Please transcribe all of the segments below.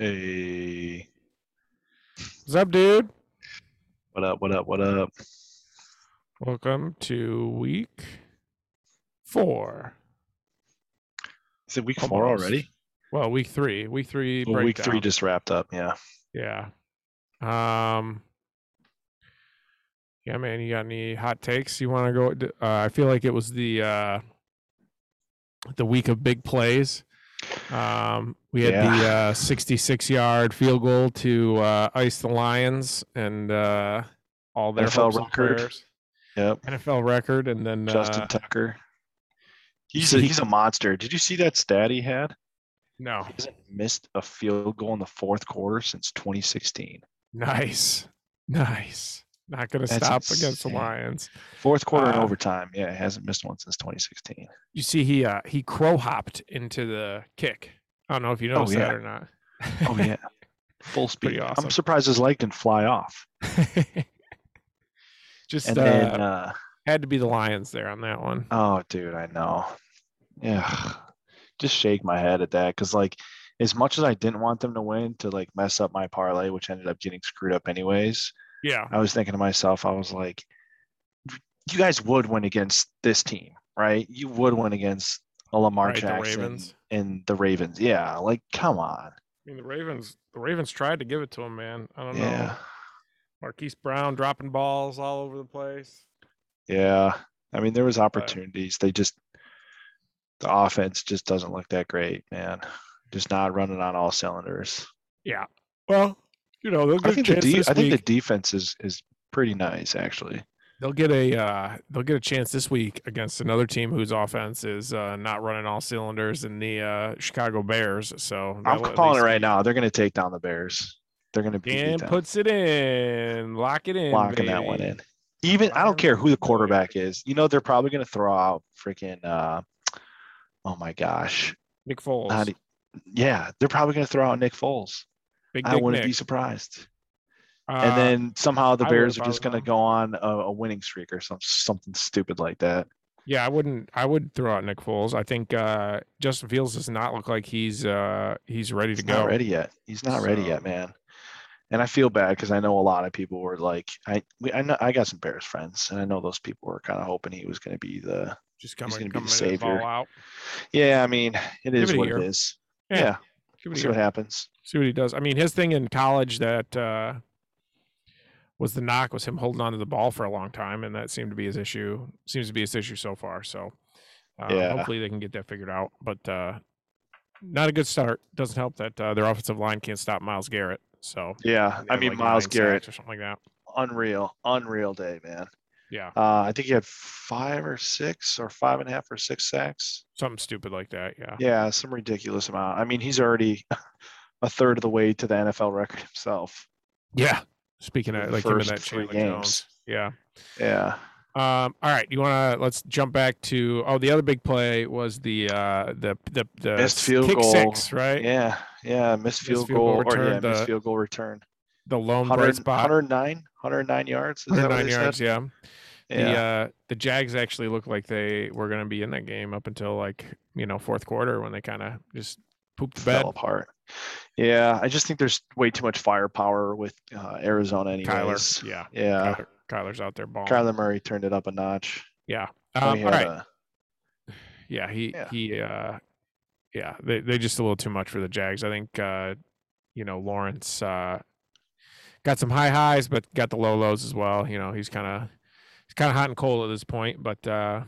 Hey, What's up, dude? what up? What up? What up? Welcome to week four. Is it week four Almost. already? Well, week three. Week three. Well, week three breakdown. just wrapped up. Yeah. yeah. Um. Yeah, man. You got any hot takes you want to go? d- Uh, I feel like it was the uh, the week of big plays. Um, we had the uh, 66 yard field goal to uh, ice the Lions and uh, all their NFL hopes and record. prayers. Yep. NFL record, and then Justin uh, Tucker. He's see a, he- he's a monster. Did you see that stat he had? no, He hasn't missed a field goal in the fourth quarter since 2016. Nice. Nice. Not going to That's stop against the insane. Lions. Fourth quarter and Wow. overtime. Yeah, he hasn't missed one since 2016. You see, he uh, he crow hopped into the kick. I don't know if you noticed yeah. that or not. Oh yeah. Full Pretty speed. awesome. I'm surprised his leg didn't fly off. Just Oh, And uh, then, uh, had to be the Lions there on that one. Oh, dude, I know. Yeah, just shake my head at that because, like, as much as I didn't want them to win to like mess up my parlay, which ended up getting screwed up anyways, Yeah. I was thinking to myself, I was like, you guys would win against this team, right? You would win against a Lamar Right, the Jackson Ravens. and the Ravens. Yeah, like, come on. I mean, the Ravens the Ravens tried to give it to him, man. I don't know. Yeah, Marquise Brown dropping balls all over the place. yeah. I mean, there was opportunities. They just the offense just doesn't look that great, man. Just not running on all cylinders. Yeah. Well, you know, they'll I get a think the chance de- this I think week. the defense is is pretty nice actually. They'll get a uh, they'll get a chance this week against another team whose offense is uh, not running all cylinders in the uh, Chicago Bears. So I'm that'll at calling it least right now. They're going to take down the Bears. They're going to be- beat Dan them. puts it in, lock it in, locking that one baby. in. Even I Locking don't care who the that one in. quarterback is. You know they're probably going to throw out freaking. Uh, oh my gosh. Nick Foles, How do, yeah, they're probably going to throw out Nick Foles. big I dick wouldn't Nick. be surprised. Uh, and then somehow the I would Bears if are I was just going to them. go on a, a winning streak or some, something stupid like that. yeah, I wouldn't. I would throw out Nick Foles. I think uh, Justin Fields does not look like he's uh, he's ready to He's go. not ready yet. He's not ready yet, So- man. And I feel bad because I know a lot of people were like, I we, I know I got some Bears friends, and I know those people were kind of hoping he was going to be the. Just come He's and gonna come be in the and ball savior. out. Yeah, I mean, it is it a what year. it is. Yeah, Yeah, Give we'll it a see go. what happens. see what he does. I mean, his thing in college that uh, was the knock was him holding on to the ball for a long time, and that seemed to be his issue. Seems to be his issue so far. So uh, Yeah. hopefully they can get that figured out. But uh, not a good start. Doesn't help that uh, their offensive line can't stop Miles Garrett. So Yeah, they I had, mean, like, nine Miles sacks Garrett, or something like that. unreal, unreal day, man. Yeah, Uh, I think he had five or six or five and a half or six sacks. something stupid like that. Yeah. Yeah, some ridiculous amount. I mean, he's already a third of the way to the NFL record himself. Yeah. Speaking of The like him and first that three Chandler Jones. games. Yeah. Yeah. Um, all right, you want to let's jump back to oh the other big play was the uh the the the Missed s- field kick goal. six right Yeah, yeah, missed field, field goal goal, or yeah, return, missed the field goal return. the lone bright 100, spot 109, 109 yards. Is that what 109 they yards said? yeah. Yeah. the uh the Jags actually looked like they were gonna be in that game up until like you know fourth quarter when they kind of just pooped the uh, bed fell apart. Yeah, I just think there's way too much firepower with uh, Arizona, Kyler anyways. yeah Yeah, Kyler, Kyler's out there balling Kyler Murray turned it up a notch. um, I all mean, he had right a- yeah he Yeah. he uh yeah they they just a little too much for the jags i think uh you know lawrence uh got some high highs but got the low lows as well you know he's kind of he's kind of hot and cold at this point but uh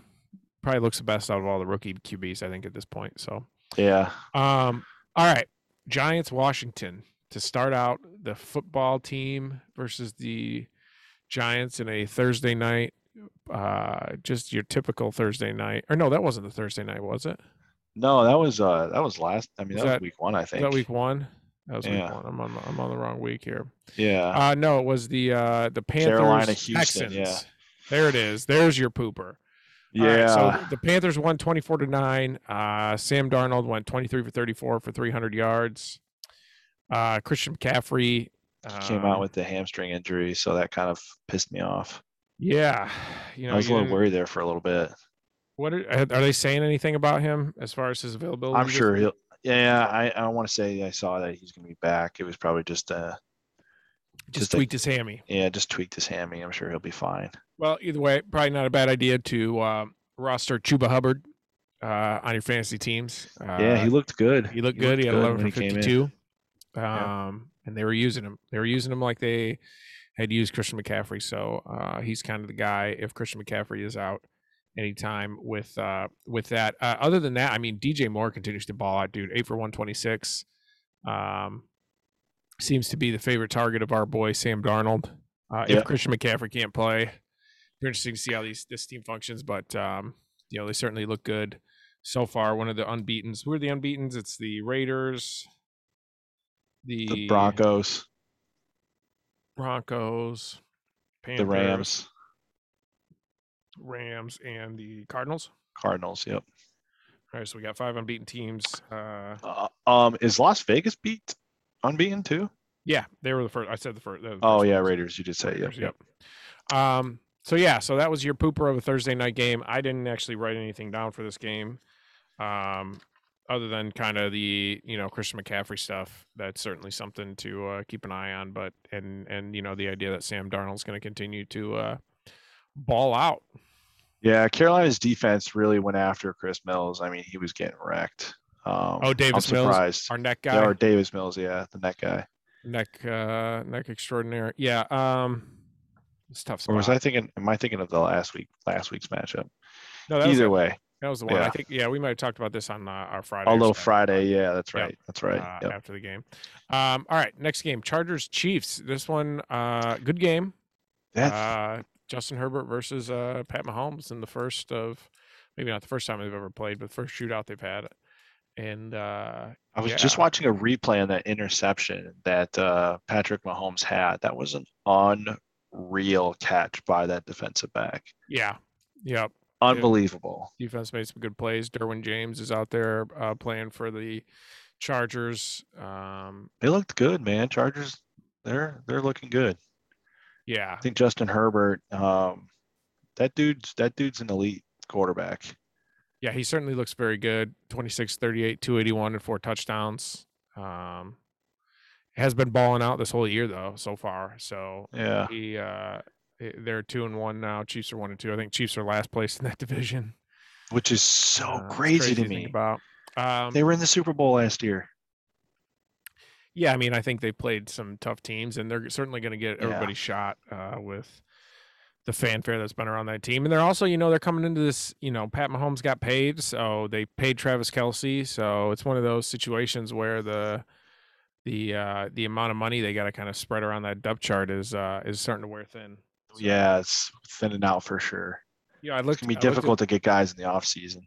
probably looks the best out of all the rookie qb's i think at this point so yeah, um all right giants washington to start out the football team versus the giants in a thursday night uh just your typical thursday night or no that wasn't the thursday night was it no, that was uh, that was last. I mean, that, Was was that- week one, I Was think. that week one? That was week Yeah. one. I'm on the, I'm on the wrong week here. yeah, Uh, no, it was the uh, the Panthers Carolina, Houston, Texans. yeah. There it is. There's your pooper. All right, yeah. so the Panthers won 24 to 9. Uh, Sam Darnold went 23 for 34 for 300 yards. Uh, Christian McCaffrey He came out um, with the hamstring injury, so that kind of pissed me off. Yeah. You know, I was a you little didn't- worried there for a little bit. What are, are they saying anything about him as far as his availability? I'm this sure he'll. yeah, I, I want to say I saw that he's gonna be back. It was probably just uh Just Just a- tweaked his hammy. yeah, just tweaked his hammy. I'm sure he'll be fine. Well, either way, probably not a bad idea to uh, roster Chuba Hubbard uh, on your fantasy teams. Uh, yeah, he looked good. he looked good. He had when 11 for came in. 52. Um, Yeah. and they were using him. They were using him like they had used Christian McCaffrey. So uh, he's kind of the guy if Christian McCaffrey is out anytime with uh, with that. Uh, other than that, I mean, DJ Moore continues to ball out, dude. Eight for 126. Um, seems to be the favorite target of our boy Sam Darnold. Uh, Yeah. If Christian McCaffrey can't play, be interesting to see how these this team functions. But um, you know, they certainly look good so far. One of the unbeaten's. Who are the unbeaten's? It's the Raiders, the, The Broncos, Broncos, Panthers, the Rams, Rams, and the Cardinals. Cardinals. Yep. All right, so we got five unbeaten teams. Uh, Uh, um, is Las Vegas beat unbeaten too? yeah, they were the first. I said the first. they were the Oh first yeah, ones. Raiders. You did say yep. Raiders, Yep. Um, so yeah, so that was your pooper of a Thursday night game. I didn't actually write anything down for this game, um, other than kind of the you know Christian McCaffrey stuff. That's certainly something to uh, keep an eye on. But and and you know the idea that Sam Darnold's going to continue to uh, ball out. Yeah, Carolina's defense really went after Chris Mills. I mean, he was getting wrecked. Um, Oh, Davis I'm Mills, surprised. Our neck Yeah, guy, or Davis Mills, yeah, the net guy. neck uh, neck extraordinaire. Yeah, um, it's a tough spot. Or was I thinking? Am I thinking of the last week last week's matchup? No, that was, Either the- way, that was the one. I yeah. think yeah, we might have talked about this on uh, our Friday. or although Saturday. Friday, yeah, that's Yep. right, that's right. uh, yep. after the game. Um, all right, next game: Chargers Chiefs. This one, uh, good game. That's Uh, Justin Herbert versus uh, Pat Mahomes in the first of maybe not the first time they've ever played, but first shootout they've had. And uh, I was yeah. just watching a replay on that interception that uh, Patrick Mahomes had. That was an unreal catch by that defensive back. yeah, yep. Unbelievable. Defense made some good plays. Derwin James is out there uh, playing for the Chargers. Um, They looked good, man. Chargers, they're they're looking good. yeah, I think Justin Herbert, um, that dude's that dude's an elite quarterback. yeah, he certainly looks very good. 26, 38, 281, and four touchdowns. Um, has been balling out this whole year though so far. So Yeah, he uh, i- they're two and one now. Chiefs are one and two. I think Chiefs are last place in that division. which is so Uh, it's Oh, crazy, to think me. about. Um, They were in the Super Bowl last year. yeah, I mean, I think they played some tough teams, and they're certainly going to get Yeah. everybody shot uh, with the fanfare that's been around that team. And they're also, you know, they're coming into this. You know, Pat Mahomes got paid, so they paid Travis Kelsey. So it's one of those situations where the the uh, the amount of money they got to kind of spread around that depth chart is uh, is starting to wear thin. So, Yeah, it's thinning out for sure. yeah, I It's looked. gonna be I looked at- difficult to get guys in the offseason.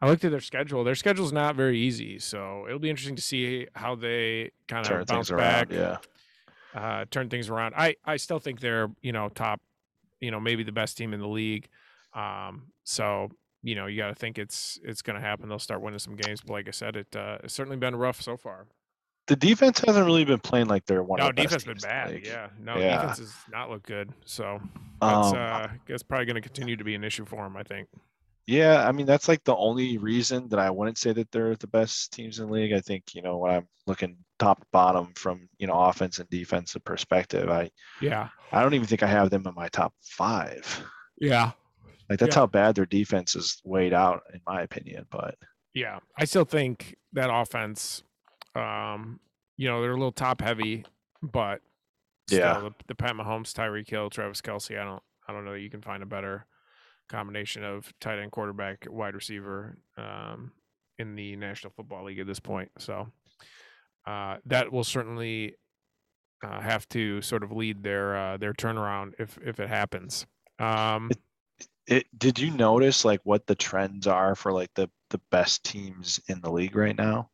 I looked at their schedule. Their schedule's not very easy, so it'll be interesting to see how they kind Turn of bounce things around. back, Yeah. uh, turn things around. I I still think they're you know top, you know maybe the best team in the league. Um, so you know you got to think it's it's going to happen. They'll start winning some games, but like I said, it uh, it's certainly been rough so far. The defense hasn't really been playing like they're one. no, of the best defense been teams in the bad. league. yeah, no, yeah. defense has not looked good. So that's Um, uh, that's probably going to continue to be an issue for them. I think. Yeah, I mean that's like the only reason that I wouldn't say that they're the best teams in the league. I think you know when I'm looking top to bottom from you know offense and defensive perspective, I Yeah. I don't even think I have them in my top five. Yeah. Like that's Yeah. how bad their defense is weighed out in my opinion. But Yeah, I still think that offense. Um, you know, they're a little top heavy, but Yeah. still, the, the Pat Mahomes, Tyreek Hill, Travis Kelsey. I don't, I don't know that you can find a better combination of tight end, quarterback, wide receiver, um, in the National Football League at this point. So, uh, that will certainly uh, have to sort of lead their uh, their turnaround if if it happens. Um, it did you notice like what the trends are for like the the best teams in the league right now?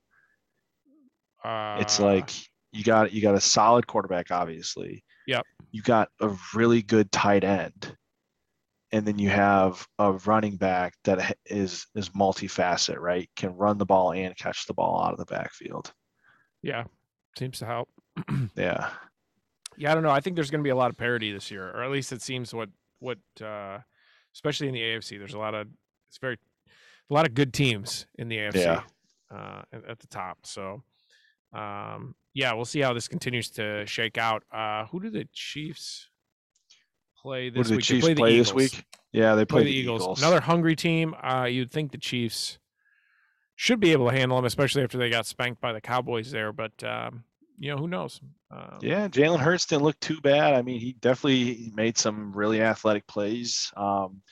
It's uh, like you got you got a solid quarterback, obviously. Yep. You got a really good tight end, and then you have a running back that h- is is multifaceted, right? Can run the ball and catch the ball out of the backfield. yeah, seems to help. Yeah. Yeah, I don't know. I think there's going to be a lot of parity this year, or at least it seems what what uh especially in the AFC. There's a lot of it's very a lot of good teams in the AFC. Yeah. uh, at, at the top. So, um, yeah, we'll see how this continues to shake out. Uh, who do the Chiefs play Who this do the week? Chiefs play, this Eagles. week? Yeah, they Play, the, Eagles. Another hungry team. Uh, you'd think the Chiefs should be able to handle them, especially after they got spanked by the Cowboys there. But um, you know, who knows? Um, Yeah, Jalen Hurts didn't look too bad. I mean, he definitely made some really athletic plays. Um,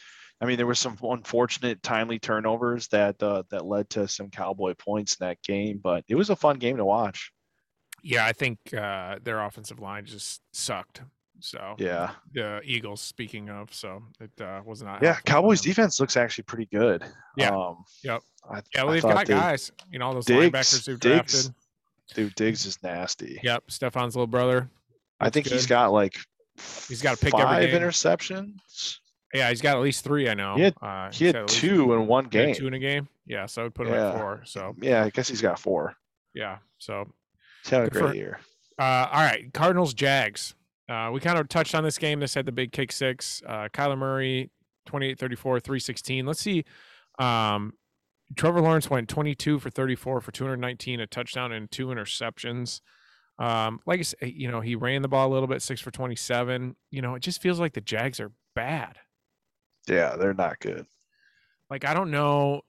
I mean, there were some unfortunate timely turnovers that uh, that led to some Cowboy points in that game, but it was a fun game to watch. yeah, I think uh, their offensive line just sucked. So Yeah, the Eagles, speaking of, so it uh, was not. yeah. helpful for Cowboys them. defense looks actually pretty good. um, Yeah. Um, Yep. I, Yeah, I well, they've thought got they- guys. You know, all those Diggs- linebackers who've drafted. Diggs- Dude, Diggs is nasty. Yep, Stefan's little brother. I Looks think he's good. got like He's got a pick every five game. interceptions. Yeah, he's got at least three. I know. He had- uh, he's He got had at least- two in one he had game. Two in a game. Yeah, so I would put him at Yeah. four. So Yeah, I guess he's got four. yeah, so He's having a Good for- great year. Uh, all right, Cardinals Jags. Uh, we kind of touched on this game. This had the big kick six. Uh, Kyler Murray, 28 34, 316. Let's see. Um, Trevor Lawrence went 22 for 34 for 219, a touchdown and two interceptions. Um, like I said, you know, he ran the ball a little bit, six for 27. You know, it just feels like the Jags are bad. Yeah, they're not good. Like, I don't know.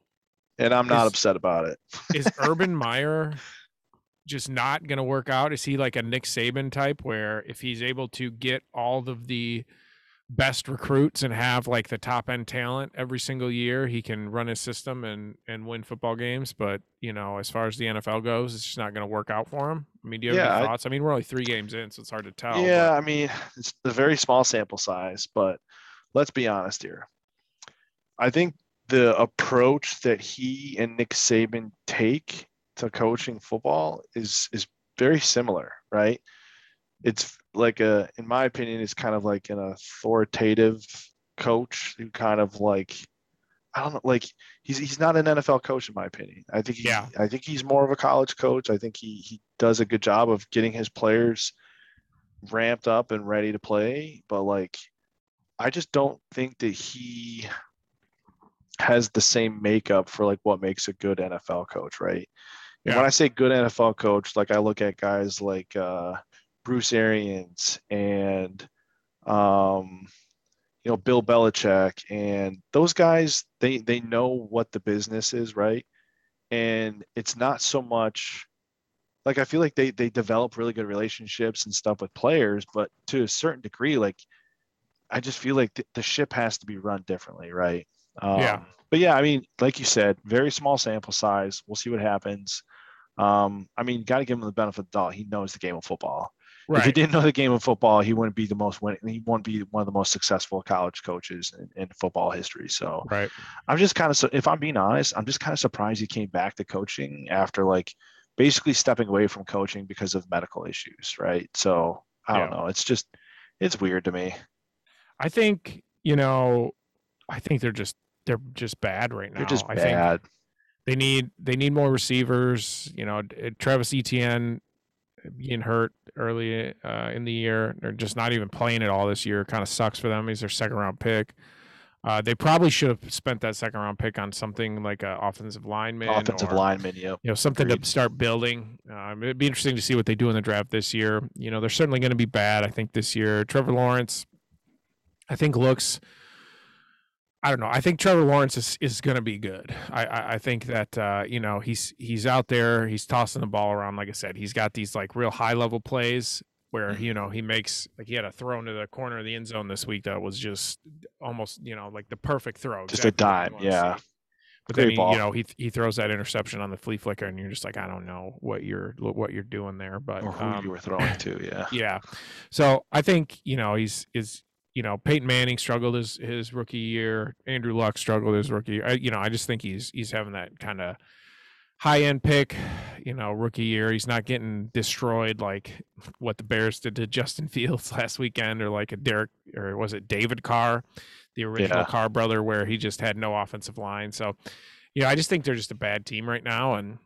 And I'm not Is- upset about it. is Urban Meyer just not going to work out? Is he like a Nick Saban type where if he's able to get all of the best recruits and have like the top end talent every single year, he can run his system and and win football games, but you know, as far as the NFL goes, it's just not going to work out for him. I mean, do you have Yeah, any I- thoughts? I mean, we're only 3 games in, so it's hard to tell. but- yeah, I mean, it's a very small sample size, but let's be honest here. I think the approach that he and Nick Saban take to coaching football is is very similar, right? It's like a in my opinion it's kind of like an authoritative coach who kind of like I don't know like he's he's not an NFL coach in my opinion. I think he, Yeah. I think he's more of a college coach. I think he he does a good job of getting his players ramped up and ready to play, but like I just don't think that he has the same makeup for like what makes a good NFL coach, right? And when I say good NFL coach, like I look at guys like uh, Bruce Arians and um, you know Bill Belichick, and those guys they they know what the business is, right? And it's not so much like I feel like they they develop really good relationships and stuff with players, but to a certain degree, like I just feel like th- the ship has to be run differently, right? Um, Yeah. But yeah, I mean, like you said, very small sample size. We'll see what happens. Um, I mean, got to give him the benefit of the doubt. He knows the game of football. If he right. didn't know the game of football, he wouldn't be the most win- he wouldn't be one of the most successful college coaches in, in football history. So Right. I'm just kind of su- if I'm being honest, I'm just kind of surprised he came back to coaching after like basically stepping away from coaching because of medical issues, right? So I don't Yeah. know. It's just it's weird to me. I think, you know, I think they're just they're just bad right now. They're just I think bad. they need they need more receivers. You know, d- uh, Travis Etienne uh, being hurt early uh, in the year, they're just not even playing at all this year. Kind of sucks for them. He's their second round pick. Uh, they probably should have spent that second round pick on something like an offensive lineman, Offensive or, lineman, yep. you know, something Agreed. to start building. Um, it'd be interesting to see what they do in the draft this year. You know, they're certainly going to be bad. I think this year, Trevor Lawrence, I think looks. I don't know. I think Trevor Lawrence is, is going to be good. I, I, I think that uh, you know he's he's out there. He's tossing the ball around. Like I said, he's got these like real high level plays where Mhm. you know he makes like he had a throw into the corner of the end zone this week that was just almost you know like the perfect throw. Just a what you dime, wanna see. yeah. But Great then he, ball. you know he th- he throws that interception on the flea flicker, and you're just like, I don't know what you're what you're doing there, but Or who um, you were throwing to, yeah. yeah. So I think you know he's is you know Peyton Manning struggled his his rookie year. Andrew Luck struggled his rookie. Year. I, you know I just think he's he's having that kind of high end pick. You know rookie year. He's not getting destroyed like what the Bears did to Justin Fields last weekend, or like a Derek or was it David Carr, the original Yeah. Carr brother, where he just had no offensive line. So you know I just think they're just a bad team right now, and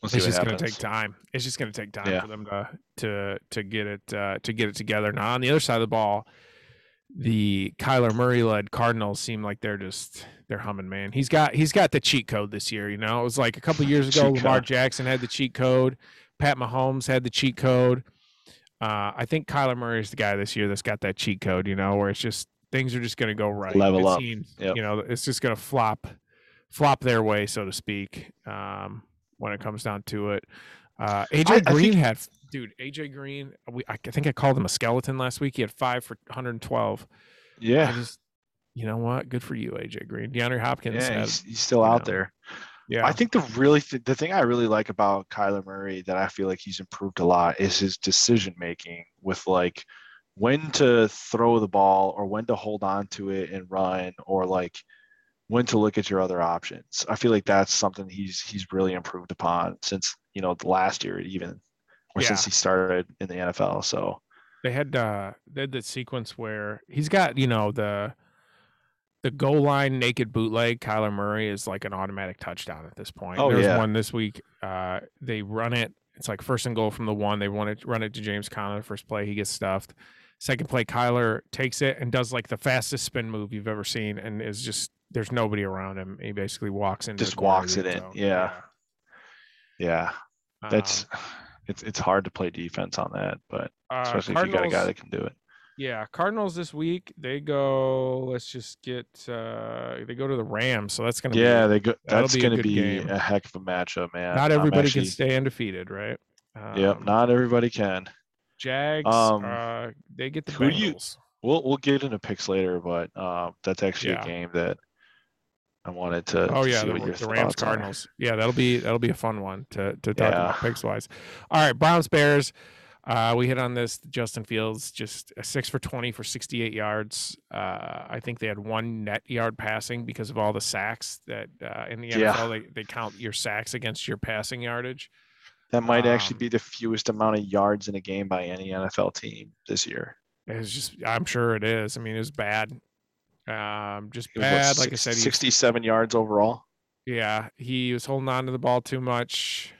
We'll see it's what just going to happens. take time. It's just going to take time Yeah. for them to to to get it uh, to get it together. Now on the other side of the ball, the Kyler Murray led Cardinals seem like they're just they're humming, man. He's got he's got the cheat code this year. You know, it was like a couple years ago, Cheat Lamar code. Jackson had the cheat code, Pat Mahomes had the cheat code. Uh, I think Kyler Murray is the guy this year that's got that cheat code. You know, where it's just things are just going to go right. Level It up. seems, Yep. You know, it's just going to flop, flop their way, so to speak. Um, when it comes down to it, uh, AJ I- I Green think- had dude AJ Green. We I think I called him a skeleton last week. He had five for 112. I Yeah. just, you know what? Good for you, AJ Green. DeAndre Hopkins. Yeah, had- he's, he's still you out know. there. yeah. I think the really th- the thing I really like about Kyler Murray that I feel like he's improved a lot is his decision making with like when to throw the ball or when to hold on to it and run or like when to look at your other options. I feel like that's something he's he's really improved upon since you know the last year even or Yeah. since he started in the NFL. So they had uh they had that sequence where he's got you know the the goal line naked bootleg Kyler Murray is like an automatic touchdown at this point. Oh, there was yeah. one this week. Uh, they run it. It's like first and goal from the one. They want it run it to James Conner. the First play, he gets stuffed. Second play, Kyler takes it and does like the fastest spin move you've ever seen, and is just there's nobody around him. He basically walks into the Just corner of walks the it end in, zone. yeah. yeah, Yeah. that's it's it's hard to play defense on that, but Um, uh, especially if you got a guy Cardinals- that can do it. Yeah, Cardinals this week they go. Let's just get. uh They go to the Rams, so that's gonna. Yeah, be, they go. that'll That's be a going to good be game. a heck of a matchup, man. not I'm everybody actually- can stay undefeated, right? Um, Yep, not everybody can. Jags. um, uh, they get the who do you- Bengals. We'll we'll get into picks later, but um, that's actually Yeah. a game that I wanted to. oh to yeah, see the, what your the Rams thoughts are. Cardinals. Yeah, that'll be that'll be a fun one to to talk about Yeah. picks wise. All right, Browns Bears. Uh, we hit on this. Justin Fields just a six for twenty for sixty eight yards. Uh, I think they had one net yard passing because of all the sacks that uh, in the NFL Yeah. they, they count your sacks against your passing yardage. That might actually Um, be the fewest amount of yards in a game by any NFL team this year. It's just I'm sure it is. I mean, it was bad. Um, just It was, what, bad. like six- I said, he was sixty-seven yards overall. Yeah, he was holding on to the ball too much,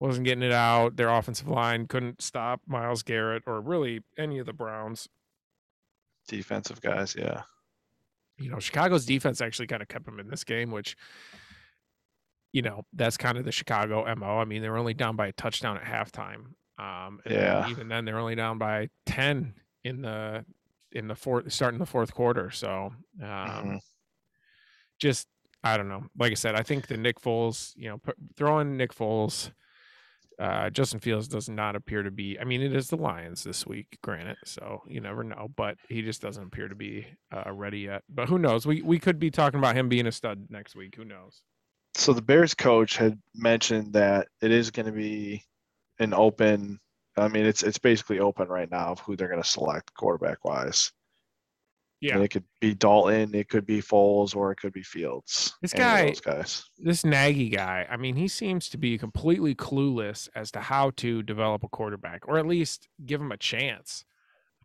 wasn't getting it out. Their offensive line couldn't stop Miles Garrett or really any of the Browns. Defensive guys, yeah. You know, Chicago's defense actually kind of kept him in this game, which, you know, that's kind of the Chicago MO. I mean, they were only down by a touchdown at halftime. Um, and then Yeah. even then, they're only down by 10 in the in the fourth starting the fourth quarter. So, um, Mhm. just I don't know. Like I said, I think the Nick Foles, you know, put, throwing Nick Foles, uh, Justin Fields does not appear to be. I mean, it is the Lions this week, granted, so you never know. But he just doesn't appear to be uh, ready yet. But who knows? We we could be talking about him being a stud next week. Who knows? so the Bears coach had mentioned that it is going to be an open. I mean, it's it's basically open right now of who they're going to select quarterback wise. Yeah. it could be Dalton, it could be Foles, or it could be Fields. This Any of guy- those guys. This Nagy guy, I mean, he seems to be completely clueless as to how to develop a quarterback, or at least give him a chance.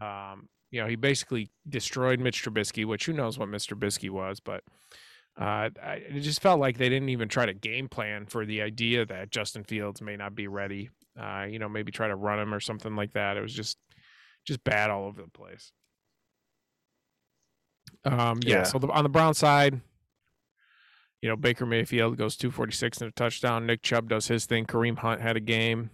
Um, you know, he basically destroyed Mitch Trubisky, which who knows what Mr. Trubisky was, but uh, I, it just felt like they didn't even try to game plan for the idea that Justin Fields may not be ready. Uh, you know, maybe try to run him or something like that. It was just, just bad all over the place. Um, yeah. Yeah. So the, on the Brown side, you know, Baker Mayfield goes 246 and a touchdown. Nick Chubb does his thing. Kareem Hunt had a game.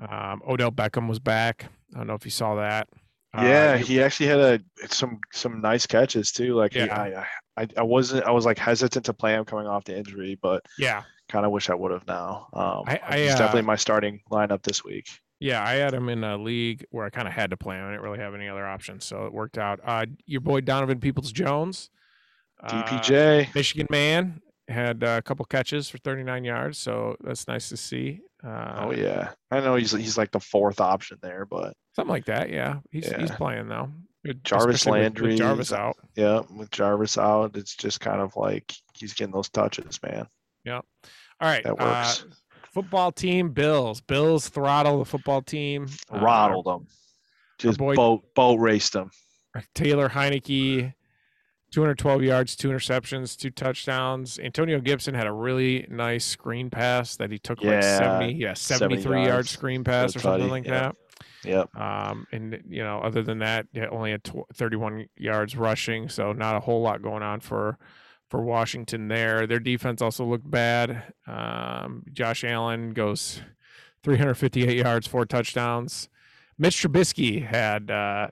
Um, Odell Beckham was back. I don't know if you saw that. Uh, yeah, you- he actually had a some some nice catches too. Like he, Yeah. I, I I wasn't I was like hesitant to play him coming off the injury, but yeah. kind of wish I would have now. Um, I- I, he's uh, definitely my starting lineup this week. Yeah, I had him in a league where I kind of had to play him. I didn't really have any other options, so it worked out. Uh, your boy Donovan Peoples Jones, uh, DPJ. Michigan man, had uh, a couple catches for 39 yards, so that's nice to see. Uh, oh yeah, I know he's he's like the fourth option there, but something like that. Yeah, he's he's Yeah. playing though. It- Jarvis especially with- with Landry Jarvis is- out. Yeah, with Jarvis out, it's just kind of like he's getting those touches, man. All right, That uh, works. football team Bills. Bills throttle the football team. Uh, Ronald him. Just boy- boat boat raced him. Taylor Heineke, 212 yards, two interceptions, two touchdowns. Antonio Gibson had a really nice screen pass that he took like Yeah, 70, yeah, 73 yard yards screen the pass or something tutty, like yeah. that. Yep. Um, and you know, other than that, yeah, only had tw- 31 yards rushing, so not a whole lot going on for for Washington there. Their defense also looked bad. Um, Josh Allen goes 358 yards, four touchdowns. Mitch Trubisky had uh,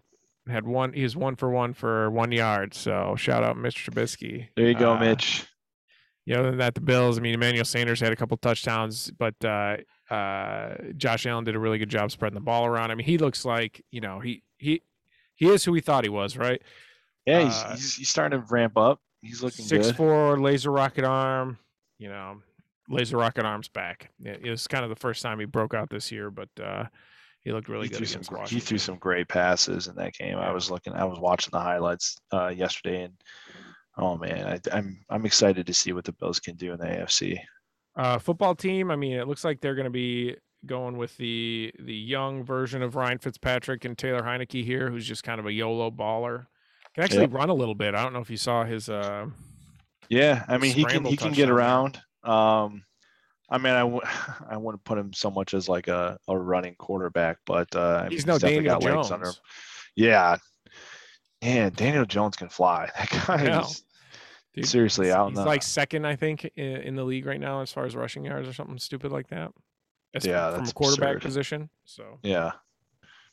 had one. He was one for one for one yard. So shout out Mitch Trubisky. There you go, Uh, Mitch. you know, other than that, the Bills. I mean, Emmanuel Sanders had a couple touchdowns, but uh, uh, Josh Allen did a really good job spreading the ball around. I mean, he looks like you know he he he is who he thought he was, right? Yeah, he's, uh, he's, he's starting to ramp up. He's looking Six good. four laser rocket arm. You know, laser rocket arms back. It, it was kind of the first time he broke out this year, but uh, he looked really he, good threw some, against gr- Washington. he threw some great passes in that game. I Yeah. was looking, I was watching the highlights uh, yesterday, and oh man, I, I'm I'm excited to see what the Bills can do in the AFC. uh, football team. I mean, it looks like they're going to be going with the the young version of Ryan Fitzpatrick and Taylor Heineke here, who's just kind of a YOLO baller. Can actually Yep. run a little bit. I don't know if you saw his. Uh, Yeah, I mean he can Scramble he can get touchdown there. around. Um, I mean I w- I wouldn't put him so much as like a, a running quarterback, but uh, I mean, he's no definitely Daniel got legs under him. Jones. Yeah, man, Daniel Jones can fly. That guy know. is Dude, seriously He's, out in he's the like second, I think, in, in the league right now as far as rushing yards or something stupid like that. As from- Yeah, from that's a quarterback absurd. position. So yeah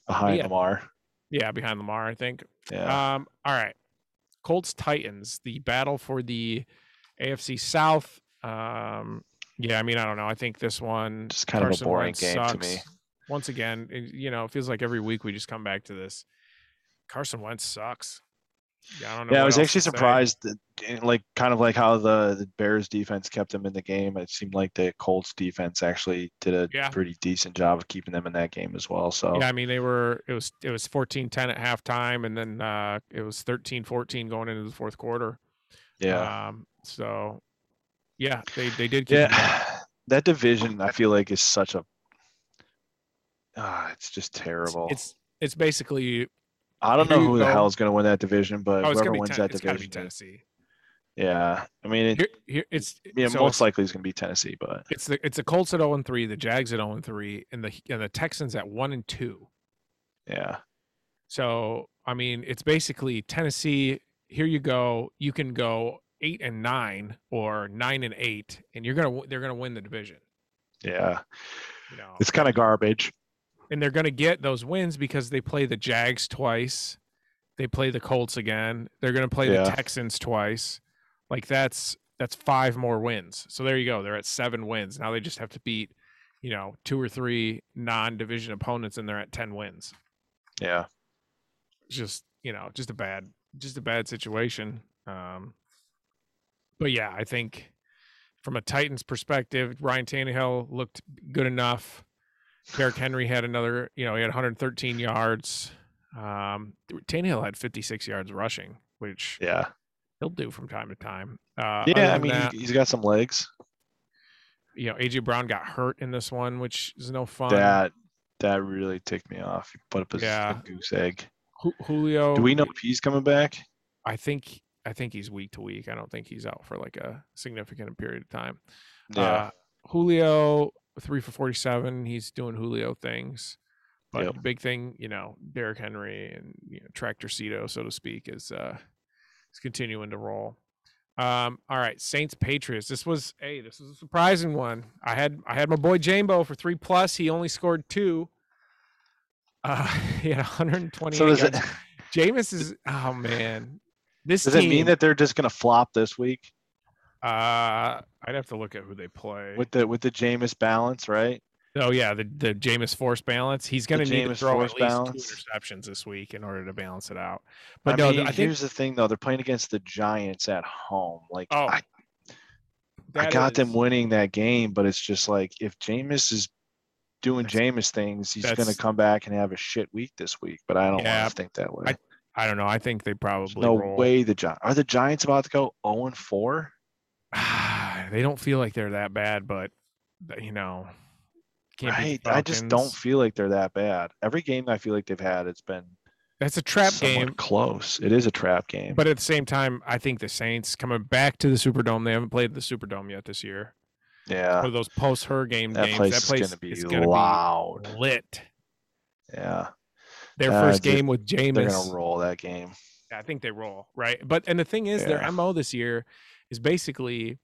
behind yeah. Lamar. yeah, behind Lamar, I think. Yeah, Um, all right. Colts Titans, the battle for the AFC South. Um, yeah, I mean, I don't know. I think this one just kind of a Carson boring Wentz game to sucks. me. Once again, it- you know, it feels like every week we just come back to this. Carson Wentz sucks. Yeah, I don't know. Yeah, I what was else actually to say. surprised that, and, like, kind of like how the, the Bears defense kept them in the game. It seemed like the Colts defense actually did a Yeah. pretty decent job of keeping them in that game as well. So, Yeah, I mean, they were it was it was 14-10 at halftime and then uh it was 13-14 going into the fourth quarter. yeah. Um so yeah, they they did keep it down. yeah. That division, I feel like, is such a. Ah, it's just It's- terrible. It's it's basically I don't know here you who the go. hell is going to win that division, but oh, whoever it's gonna be wins Ten- that it's gotta be division, Tennessee. yeah. I mean, it, Here, here, it's yeah, so most it's, likely it's going to be Tennessee, but it's the it's the Colts at 0 and 3, the Jags at 0 and 3, and the and the Texans at 1 and 2. yeah, So I mean, it's basically Tennessee. Here you go. You can go eight and nine or nine and eight, and you're gonna w- they're gonna win the division. yeah. You know, It's kind of garbage. and they're gonna get those wins because they play the Jags twice, they play the Colts again, they're gonna play the Yeah. Texans twice. Like that's that's five more wins. So there you go. They're at seven wins now. They just have to beat, you know, two or three non-division opponents, and they're at ten wins. Yeah. just you know just a bad just a bad situation um but yeah i think from a titans perspective ryan Tannehill looked good enough Derrick henry had another you know he had 113 yards um Tannehill had 56 yards rushing which Yeah. he'll do from time to time uh other Yeah. I than mean, that, he, he's got some legs. you know aj brown got hurt in this one which is no fun That that really ticked me off. You put up a, s- a Yeah. Oh, goose egg. Ju- julio Do we know if he's coming back? i think i think he's week to week i don't think he's out for like a significant period of time Uh, Julio three for forty seven. He's doing Julio things, but Yep. the big thing, you know, Derrick Henry and you know, Tractor Cito, so to speak, is uh, is continuing to roll. Um, all right, Saints Patriots. This was hey, this was a surprising one. I had I had my boy Jambo for three plus. He only scored two. Uh, he had 120. so does it Jameis is oh man. This does team, it mean that they're just gonna flop this week uh I'd have to look at who they play. with the with the Jameis balance, right? Oh yeah, the the Jameis force balance. He's going to need to Jameis throw at force least balance. two interceptions this week in order to balance it out. But But I no, th- mean, I think here's the thing though: they're playing against the Giants at home. Like, Oh, I, I that got them is- winning that game, but it's just like if Jameis is doing That's- Jameis things, he's gonna that's- come back and have a shit week this week. But I don't Yeah, want to think that way. I don't know. I think they There's probably no roll. way the Giants are the Giants about to go zero and four. they don't feel like they're that bad, but th- you know, can't beat Right. the I just don't Falcons. feel like they're that bad. Every game I feel like they've had, it's been That's a trap somewhat game. close. It is a trap game. But at the same time, I think the Saints coming back to the Superdome. They haven't played the Superdome yet this year. yeah, Or those post her game Uh, that games. place that is place going to be is gonna loud. lit. Yeah. Their Uh, first they're- game with They're going to Jameis, roll that game. I think they roll right. But and the thing is, Yeah. their mo this year is basically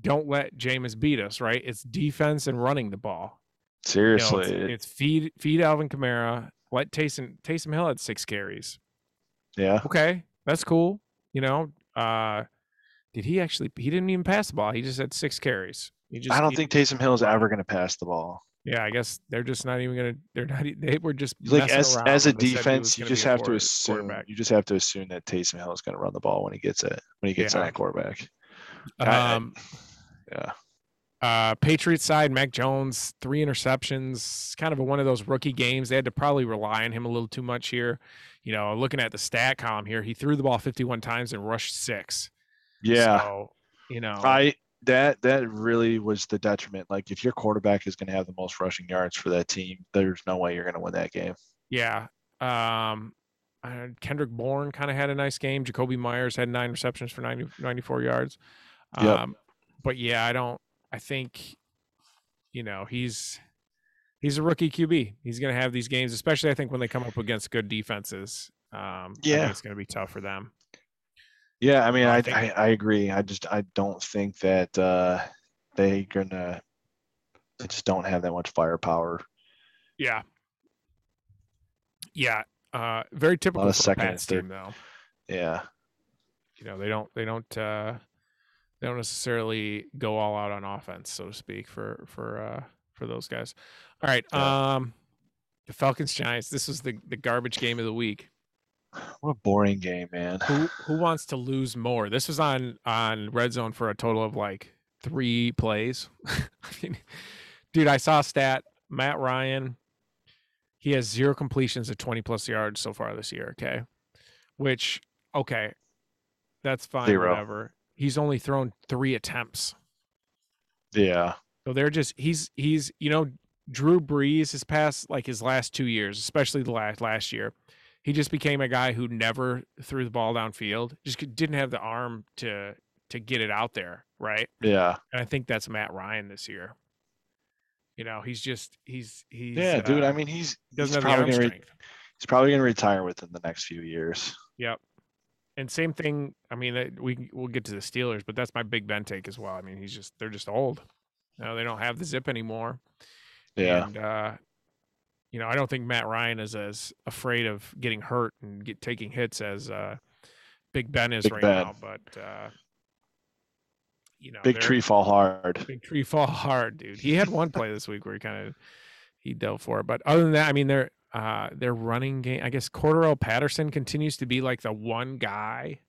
don't let Jameis beat us. Right? It's defense and running the ball. You know, Seriously. it- it's, it's feed feed Alvin Kamara. Let Taysom Taysom Hill had six carries. yeah. Okay, that's cool. You know, uh, did he actually? He didn't even pass the ball. He just had six carries. He just I don't he- think Taysom Hill is ever going to pass the ball. Yeah, I guess they're just not even gonna. They're not. e- They were just Like messing as around as a when they said he was defense, you gonna be just a have to quarter- assume quarterback. you just have to assume that Taysom Hill is going to run the ball when he gets it when he gets Yeah. that quarterback. I- Um, Yeah. uh, Patriots side, Mac Jones, three interceptions. Kind of a, one of those rookie games. They had to probably rely on him a little too much here. You know, looking at the stat column here, he threw the ball 51 times and rushed six. Yeah. So, you know, I that that really was the detriment. Like if your quarterback is going to have the most rushing yards for that team, there's no way you're going to win that game. Yeah. Um, uh, Kendrick Bourne kind of had a nice game. Jacoby Myers had nine receptions for 90, 94 yards. Um, Yep. But yeah, I don't. I think, you know, he's he's a rookie QB. He's going to have these games, especially I think when they come up against good defenses. Um, I think Yeah. it's going to be tough for them. Yeah, I mean, Well, I I, think- I, I agree. I just I don't think that uh, they gonna. They just don't have that much firepower. Yeah. Yeah. Uh, very typical of for a second and Pats third- team, though. Yeah, you know they don't they don't uh they don't necessarily go all out on offense so to speak for for uh for those guys all right um the falcons giants this is the the garbage game of the week what a boring game, man. who who wants to lose more this was on on red zone for a total of like three plays I mean, dude i saw a stat matt ryan he has zero completions at 20 plus yards so far this year okay which okay that's fine Zero. whatever he's only thrown three attempts Yeah, so they're just he's he's you know drew brees his past like his last two years especially the last last year he just became a guy who never threw the ball downfield just c- didn't have the arm to to get it out there right yeah, and i think that's matt ryan this year you know he's just he's he's yeah, dude. uh, I mean, he's he he's doesn't have the arm probably gonna re- strength he's probably gonna retire within the next few years. Yep. And same thing. I mean, that- we can- we'll get to the Steelers, but that's my Big Ben take as well. I mean, he's just they're just old. No, they don't have the zip anymore. Yeah, And, uh, you know, I don't think Matt Ryan is as afraid of getting hurt and get taking hits as uh, Big Ben is Big right Ben. now. But uh, you know, big they're- tree fall hard. Big tree fall hard, dude. He had one play this week where he kind of he dove for it. But other than that, I mean, their uh, their running game. I guess Cordero Patterson continues to be like the one guy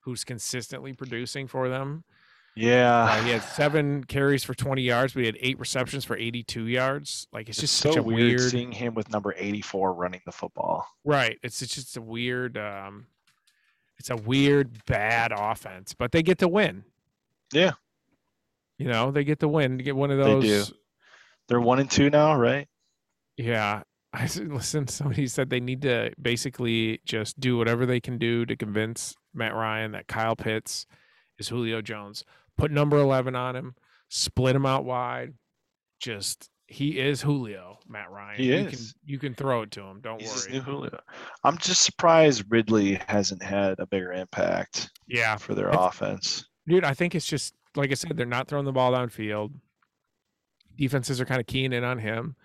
who's consistently producing for them. Uh, Yeah, he had seven carries for twenty yards, but he had eight receptions for eighty-two yards. Like it's, It's just so such a weird, weird, seeing him with number eighty-four running the football. right? It's it's just a weird. Um, it's a weird bad offense, but they get to win. Yeah. You know, they get to win to get one of They those. do. They're one and two now, right? Yeah. I s- listen, somebody said they need to basically just do whatever they can do to convince Matt Ryan that Kyle Pitts is Julio Jones. Put number 11 on him, split him out wide. Just he is Julio, Matt Ryan. He you is. can you can throw it to him. Don't He's his worry. new Julio. I'm just surprised Ridley hasn't had a bigger impact Yeah. for their It's- offense. Dude, I think it's just like I said, they're not throwing the ball downfield. Defenses are kind of keying in on him.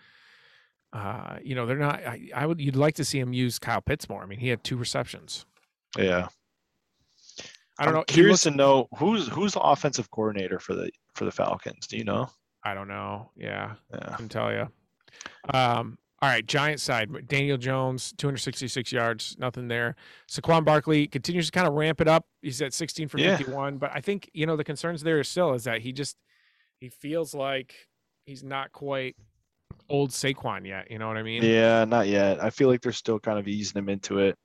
Uh, you know, they're not I, I would you'd like to see him use Kyle Pitts more. I mean, he had two receptions. Yeah, I don't I'm know. he Curious looks- to know who's who's the offensive coordinator for the for the Falcons. Do you know? I don't know. Yeah, I Yeah, can tell you. Um, all right, Giant side. M- Daniel Jones, 266 yards, nothing there. Saquon Barkley continues to kind of ramp it up. He's at 16 for Yeah. 51, but I think you know the concerns there is still is that he just he feels like he's not quite old Saquon yet. You know what I mean? yeah, not yet. I feel like they're still kind of easing him into it.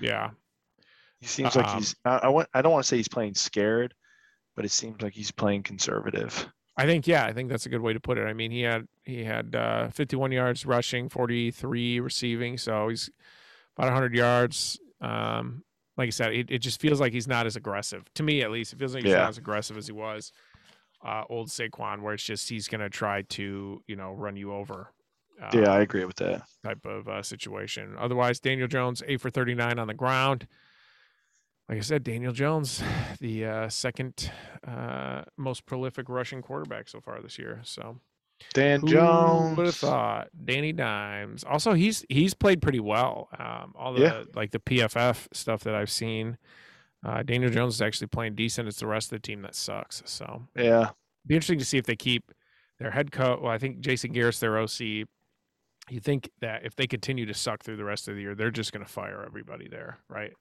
Yeah. He seems like Um, he's. I, I want. I don't want to say he's playing scared, but it seems like he's playing conservative. I think yeah, I think that's a good way to put it. I mean, he had he had uh, 51 yards rushing, 43 receiving, so he's about 100 yards. Um, like I said, it, it just feels like he's not as aggressive to me, at least. It feels like he's Yeah. not as aggressive as he was uh, old Saquon, where it's just he's gonna try to you know run you over. uh, Yeah, I agree with that. type of uh, situation. Otherwise, Daniel Jones eight for thirty nine on the ground. Like I said, Daniel Jones, the uh, second uh, most prolific rushing quarterback so far this year. So Dan would have Jones. thought Danny Dimes. Also, he's he's played pretty well. Um, all the Yeah. like the PFF stuff that I've seen, uh, Daniel Jones is actually playing decent. It's the rest of the team that sucks. So Yeah. be interesting to see if they keep their head coach. Well, I think Jason Garrett's their OC. You think that if they continue to suck through the rest of the year, they're just going to fire everybody there, right?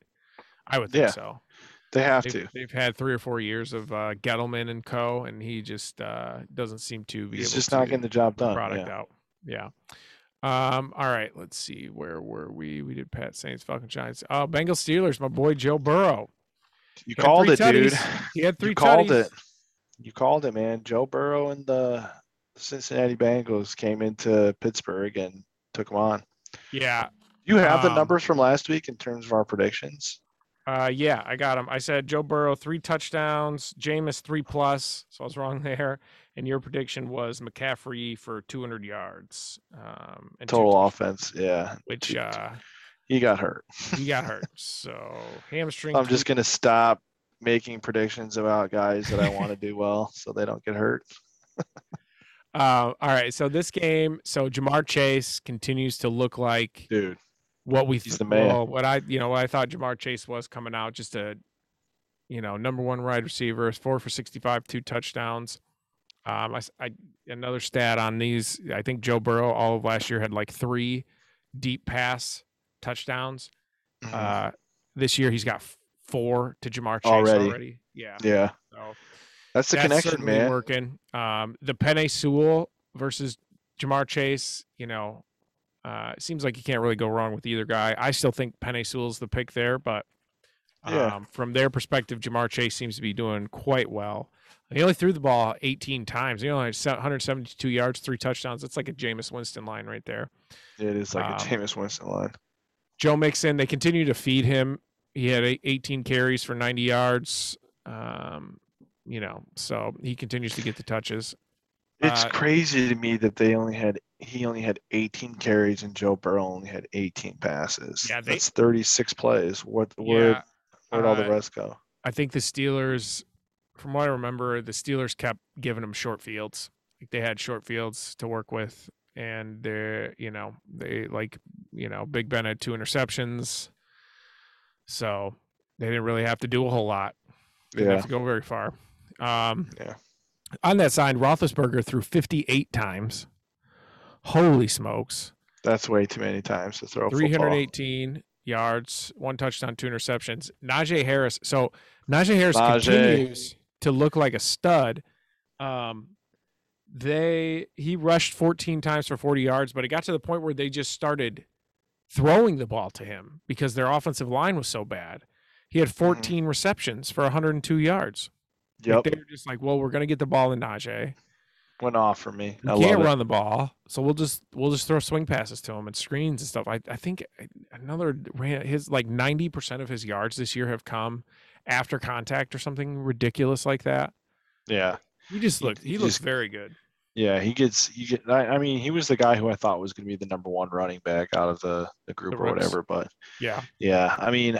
I would think Yeah, so. They have They've, to. they've had three or four years of uh, Gettleman and Co. And he just uh, doesn't seem to be. He's able just to not getting the job done. product Yeah. out. Yeah. Um, all right, let's see. Where were we? We did Pat Saints, Falcon Giants. Oh, Bengal Steelers, my boy Joe Burrow. You Got called three it, dude. tutties. He had three You called tutties. it. You called it, man. Joe Burrow and the Cincinnati Bengals came into Pittsburgh and took them on. Yeah. You have the Um, numbers from last week in terms of our predictions. Uh yeah, I got him. I said Joe Burrow, three touchdowns, Jameis three plus. So I was wrong there. And your prediction was McCaffrey for two hundred yards. Um and two Total touch- offense. Yeah. which two- uh He got hurt. he got hurt. So hamstring I'm just tweak- going to stop making predictions about guys that I want to do well so they don't get hurt. uh all right. So this game, so Jamar Chase continues to look like Dude, what we He's th- the man. well, what I you know what I thought Jamar Chase was coming out just a you know number one wide receiver four for sixty five two touchdowns. Um, I, s- I- another stat on these. I think Joe Burrow all of last year had like three deep pass touchdowns. Mhm. Uh, this year he's got f- four to Jamar Chase already. Already. Yeah. yeah. So That's the that's connection, certainly man. Working. Um, the Penny Sewell versus Jamar Chase. You know, uh, it seems like you can't really go wrong with either guy. I still think Penny Sewell's the pick there, but um, Yeah. from their perspective, Jamar Chase seems to be doing quite well. He only threw the ball 18 times. He only had se- 172 yards, three touchdowns. That's like a Jameis Winston line right there. It is like Um, a Jameis Winston line. Joe Mixon, they continue to feed him. He had eight- 18 carries for 90 yards. Um, you know, so he continues to get the touches. It's uh, crazy to me that they only had he only had 18 carries and Joe Burrow only had 18 passes. Yeah, they- that's 36 plays. What where Yeah, where'd all the uh, rest go? I think the Steelers, from what I remember, the Steelers kept giving them short fields. Like they had short fields to work with, and they're you know they like you know Big Ben had two interceptions, so they didn't really have to do a whole lot. Didn't Yeah, have to go very far. Um, Yeah. On that side, Roethlisberger threw 58 times. Holy smokes! that's way too many times to throw. a football. 318 yards, one touchdown, two interceptions. Najee Harris. So Najee Harris Najee. continues to look like a stud. Um, they he rushed 14 times for 40 yards, but it got to the point where they just started throwing the ball to him because their offensive line was so bad. He had Mm-hmm. 14 receptions for 102 yards. Yep, Like they were just like, well, we're gonna get the ball in Najee. went off for me. We I can't love it. run the ball, so we'll just we'll just throw swing passes to him and screens and stuff. I, I think another ran his like ninety percent of his yards this year have come after contact or something ridiculous like that. Yeah, He just He- looked he, he looks just- very good. yeah, he gets he get. I, I mean, he was the guy who I thought was going to be the number one running back out of the the group or rooks. whatever, but Yeah, Yeah, I mean,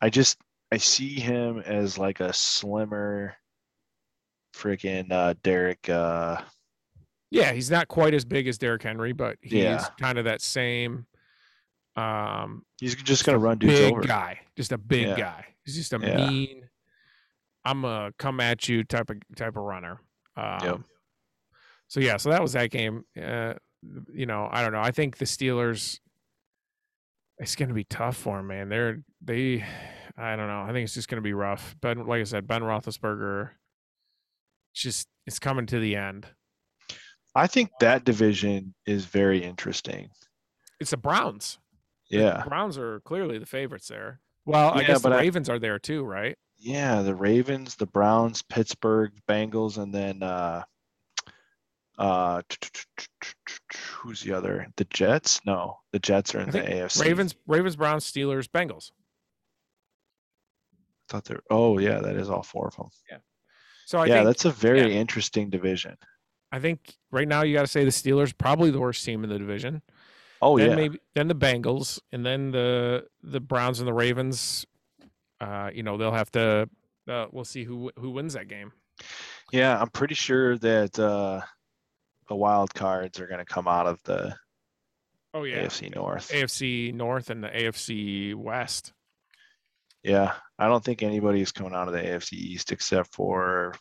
I just I see him as like a slimmer, freaking uh, Derek. Uh, yeah, he's not quite as big as Derrick Henry, but he's Yeah. kind of that same um he's just gonna run dudes big over. guy, just a big Yeah. guy. He's just a Yeah. mean. I'm a come at you type of type of runner. Um, So yeah, so that was that game. Uh, you know, I don't know. I think the Steelers. It's going to be tough for 'em, man. They're they, I don't know. I think it's just going to be rough. But like I said, Ben Roethlisberger, just it's coming to the end. I think that division is very interesting. It's the Browns. Yeah, The Browns are clearly the favorites there. Well, I Yeah, guess the but I- Ravens are there too, right? yeah. The Ravens, the Browns, Pittsburgh, Bengals, and then uh, uh, who's the other? The Jets? No, the Jets are in I the think AFC. Ravens, Ravens, Browns, Steelers, Bengals. I thought they're. Oh yeah, that is all four of them. So I yeah, think that's a very interesting division. I think right now you got to say the Steelers probably the worst team in the division. Oh then yeah, maybe then the Bengals and then the the Browns and the Ravens. Uh, you know they'll have to. Uh, we'll see who who wins that game. yeah. I'm pretty sure that uh, the wild cards are going to come out of the Oh yeah, AFC North. AFC North and the AFC West. Yeah, I don't think anybody is coming out of the AFC East except for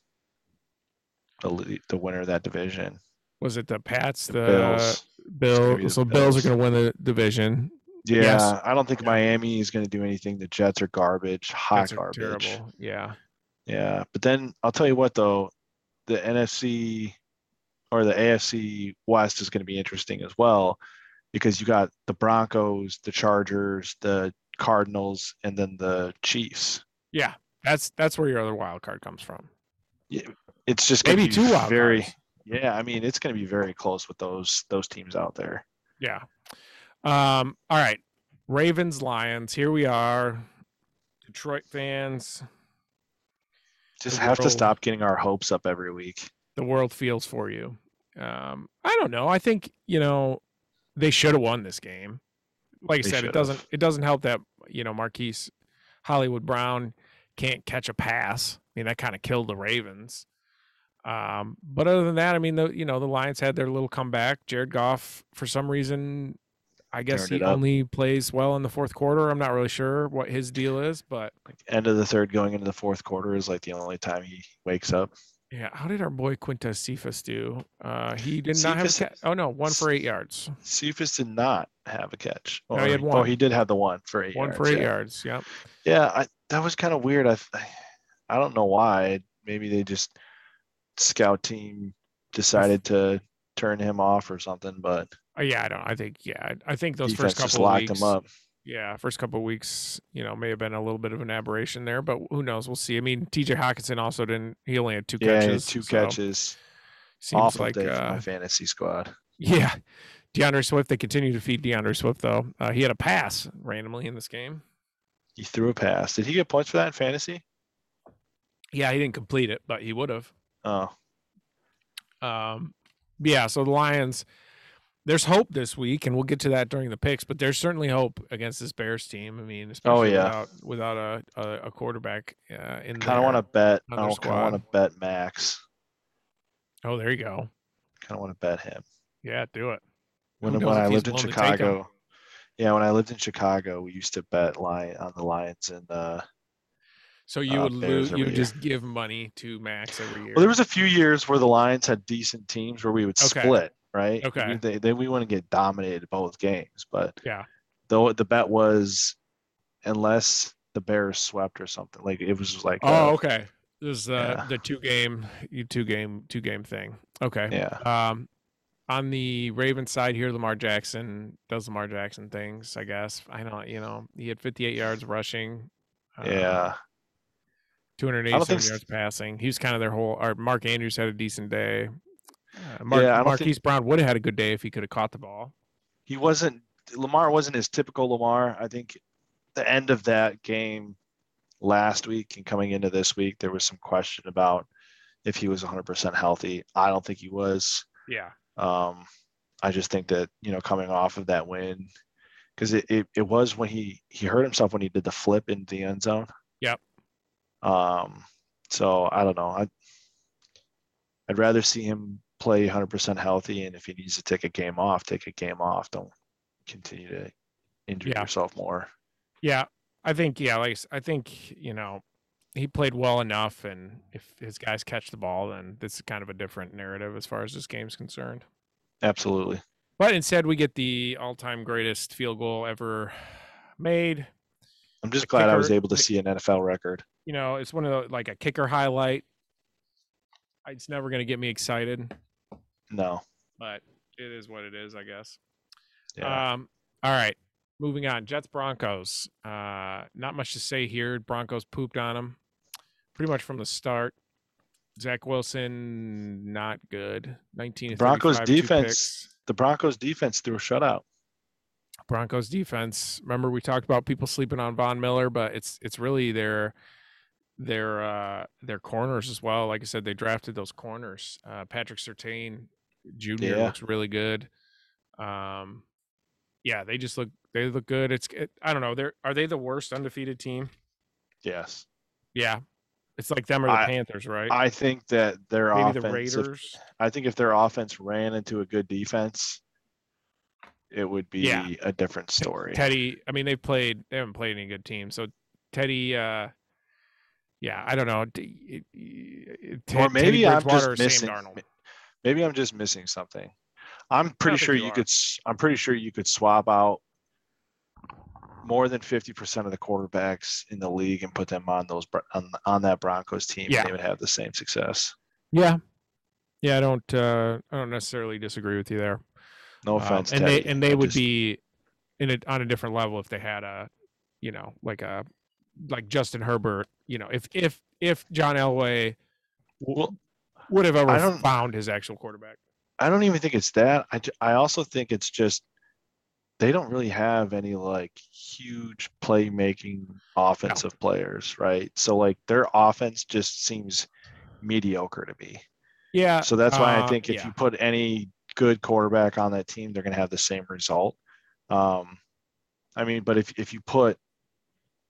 the le- the winner of that division, Was it the Pats? The, the Bills. gonna be the Bill. So Bills are Bills. going to win the division. Yeah, yes. I don't think Yeah. Miami is going to do anything. The Jets are garbage, hot Pats are garbage. terrible. Yeah. Yeah, but then I'll tell you what though, the NFC or the AFC West is going to be interesting as well because you got the Broncos, the Chargers, the Cardinals, and then the Chiefs. Yeah. That's that's where your other wild card comes from. It's just going to Maybe be two wild very cards. yeah. I mean, it's going to be very close with those those teams out there. Yeah. Um, all right. Ravens, Lions. Here we are. Detroit fans. Just The have to world- stop getting our hopes up every week. The world feels for you. Um, I don't know. I think, you know, they should have won this game. Like I They said, it should've. doesn't it doesn't help that, you know, Marquise Hollywood Brown can't catch a pass. I mean, that kind of killed the Ravens. Um, but other than that, I mean, the you know, the Lions had their little comeback. Jared Goff, for some reason, I guess Turned he it up. only plays well in the fourth quarter. I'm not really sure what his deal is, but End of the third, going into the fourth quarter is like the only time he wakes up. yeah, how did our boy Quintus Cephas do? Uh, he did not have a Cephas- ca- oh no, one for eight yards, Cephas did not have a catch. No, he Or- had Oh, one. he did have the one for eight. one yards, for eight yeah. yards. Yep. Yeah, I, that was kind of weird. I, I don't know why. Maybe they just scout team decided to turn him off or something. But Uh, yeah, I don't. I think yeah, I- I think those defense first just couple of locked weeks. him up. Yeah, first couple of weeks, you know, may have been a little bit of an aberration there, but who knows? We'll see. I mean, T.J. Hawkinson also didn't. He only had two Yeah, he had catches. two so catches. Seems Awful like day for uh, my fantasy squad. Yeah. DeAndre Swift, they continue to feed DeAndre Swift, though. Uh, he had a pass randomly in this game. He threw a pass. Did he get points for that in fantasy? Yeah, he didn't complete it, but he would have. Oh, Um, yeah, so the Lions, there's hope this week, and we'll get to that during the picks, but there's certainly hope against this Bears team. I mean, Oh, especially yeah. without, without a, a, a quarterback uh, in kind of want to to. bet. I Another kind of want to bet Max. Oh, there you go. Kind of want to bet him. Yeah, do it. Who When, knows when if I he's lived in willing to take 'em. Chicago, yeah, when I lived in Chicago, we used to bet lion on the Lions and uh, So you Uh, would Bears lose, every you would year. just give money to Max every year. Well, there was a few years where the Lions had decent teams where we would Okay. split, right? Okay. We- They, they we wouldn't get dominated both games, but Yeah. though the bet was unless the Bears swept or something, like it was like, Oh, uh, okay. This is the yeah. the two game, you two game, two game thing. Okay. yeah, Um, on the Ravens side here, Lamar Jackson does Lamar Jackson things. I guess I don't. You know, he had 58 yards rushing. um, yeah, 287 s- yards passing. He was kind of their whole. Or Mark Andrews had a decent day. Uh, Mark, Yeah, I don't think- Marquise Brown would have had a good day if he could have caught the ball. he wasn't Lamar wasn't his typical Lamar. I think the end of that game last week and coming into this week, there was some question about if he was 100% healthy. I don't think he was. Yeah. Um, I just think that you know coming off of that win, because it, it, it was when he he hurt himself when he did the flip in the end zone. Yep. Um, so I don't know. I I'd rather see him play 100% healthy, and if he needs to take a game off, take a game off. Don't continue to injure Yeah. yourself more. Yeah, I think yeah, like I s- I think you know he played well enough, and if his guys catch the ball, then this is kind of a different narrative as far as this game's concerned. Absolutely. But instead, we get the all-time greatest field goal ever made. I'm just The glad I was kicker- able to the- see an NFL record. You know, it's one of the, like a kicker highlight. It's never going to get me excited, No. but it is what it is, I guess. Yeah. Um, all right, moving on. Jets Broncos. Uh, not much to say here. Broncos pooped on him, pretty much from the start. Zach Wilson, not good. Nineteen. to Broncos 35, two defense- picks. the Broncos defense threw a shutout. Broncos defense. Remember we talked about people sleeping on Von Miller, but it's it's really their their uh their corners as well. Like I said, they drafted those corners. Uh Patrick Sertain Jr. Yeah. looks really good. Um yeah, they just look they look good. It's it, I don't know. They're are they the worst undefeated team? Yes. Yeah. It's like them or the I- Panthers, right? I think that their Maybe offense the if- Raiders. I think if their offense ran into a good defense, it would be Yeah. a different story. Teddy, I mean, they've played, they haven't played any good teams. So Teddy, uh, yeah, I don't know. D- y- y- Ted- Teddy maybe I'm just Bridgewater or Sam missing- Darnold. Maybe I'm just missing something. I'm pretty think sure you you are. could s- I'm pretty sure you could swap out more than 50% of the quarterbacks in the league and put them on those Bro- on, on that Broncos team Yeah. and they would have the same success. Yeah. Yeah, I don't uh I don't necessarily disagree with you there. No Um, offense and they Teddy, and they I would just- be in a on a different level if they had a you know, like a like Justin Herbert, you know, if if if John Elway w- Well, would have ever don't- found his actual quarterback. I don't even think it's that. I, ju- I also think it's just they don't really have any like huge playmaking offensive players, right? So like their offense just seems mediocre to me. Yeah. So that's why uh, I think if yeah. you put any good quarterback on that team, they're going to have the same result. Um, I mean, but if if you put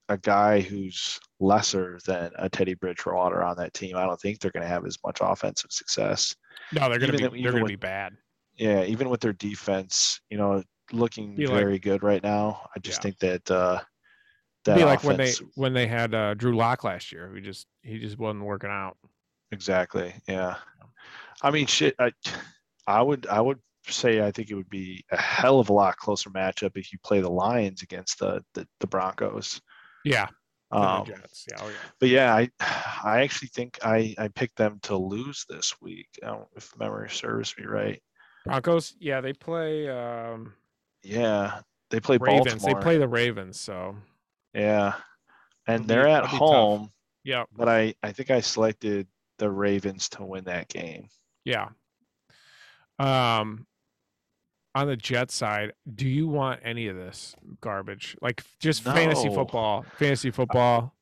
a guy who's lesser than a Teddy Bridgewater on that team, I don't think they're going to have as much offensive success No, they're gonna even be if- they're even gonna with- be bad. yeah, even with their defense, you know, looking Be like- very good right now. I just Yeah. think that uh It'd that be like offense when they when they had uh, Drew Lock last year, who just he just wasn't working out. exactly. Yeah. I mean shit, I I would I would say I think it would be a hell of a lot closer matchup if you play the Lions against the the, the Broncos. Yeah, than the Um, Jets. Yeah, oh, yeah. but yeah, I I actually think I I picked them to lose this week. I don't, if memory serves me right. Broncos. Yeah, they play um, Yeah, they play Ravens. Baltimore. They play the Ravens. So yeah, and It'll be- they're at it'll be tough. home. yeah, but I I think I selected the Ravens to win that game. yeah. Um, on the Jets side, do you want any of this garbage? Like f- just fantasy No. football, fantasy football.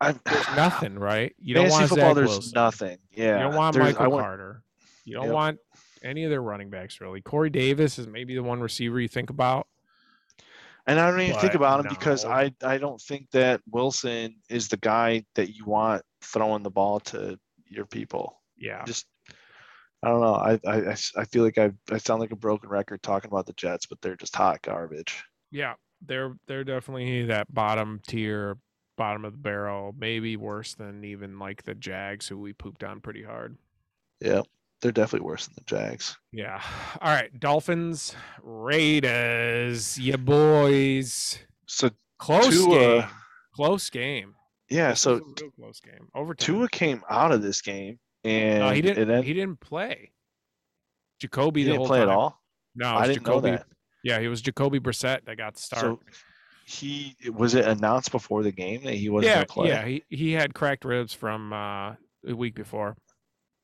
I There's nothing, right? You don't fantasy want football. Zach There's Wilson. nothing. Yeah, You don't want there's- I Michael want- Carter. You don't Yep. want any of their running backs really. Corey Davis is maybe the one receiver you think about. and I don't even think but about him because no. I I don't think that Wilson is the guy that you want throwing the ball to your people. Yeah. Just I don't know. I I- I s- I feel like I I sound like a broken record talking about the Jets, but they're just hot garbage. Yeah, they're they're definitely that bottom tier, bottom of the barrel, maybe worse than even like the Jags who we pooped on pretty hard. Yeah, they're definitely worse than the Jags. Yeah. All right, Dolphins, Raiders, you boys. So Close Tua- game. Close game. yeah, This so was a real close game. Overtime. Tua came out of this game, and no, he it didn't en- he didn't play. Jacoby he the didn't whole play time. at all. No, it I was didn't Jacoby. know that. Yeah, he was Jacoby Brissett that got started. So he was it announced before the game that he wasn't yeah, going to play? yeah, he, he had cracked ribs from uh, the week before.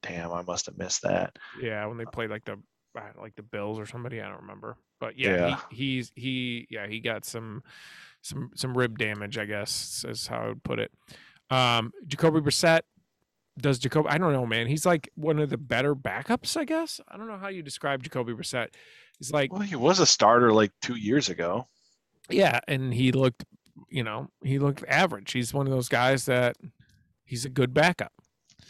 Damn, I must have missed that. Yeah, when they played like the I- like the Bills or somebody, I don't remember. But yeah, Yeah. He, he's he yeah he got some some some rib damage, I guess is how I would put it. Um, Jacoby Brissett does Jacoby. I don't know, man. He's like one of the better backups, I guess. I don't know how you describe Jacoby Brissett. He's like Well, he was a starter like two years ago. Yeah, and he looked, you know, he looked average. He's one of those guys that he's a good backup.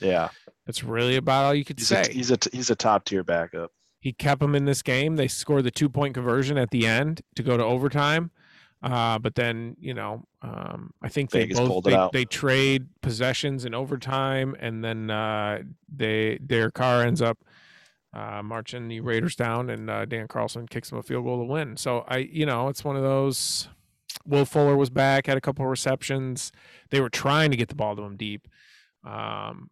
Yeah, That's really about all you could he's a, say. he's a he's a top tier backup. He kept them in this game. They scored the two point conversion at the end to go to overtime. Uh, but then, you know, um, I think they Vegas both pulled it they, out. they trade possessions in overtime, and then uh, they their car ends up uh, marching the Raiders down, and uh, Dan Carlson kicks them a field goal to win. So I, you know, it's one of those. Will Fuller was back, had a couple of receptions. They were trying to get the ball to him deep. Um,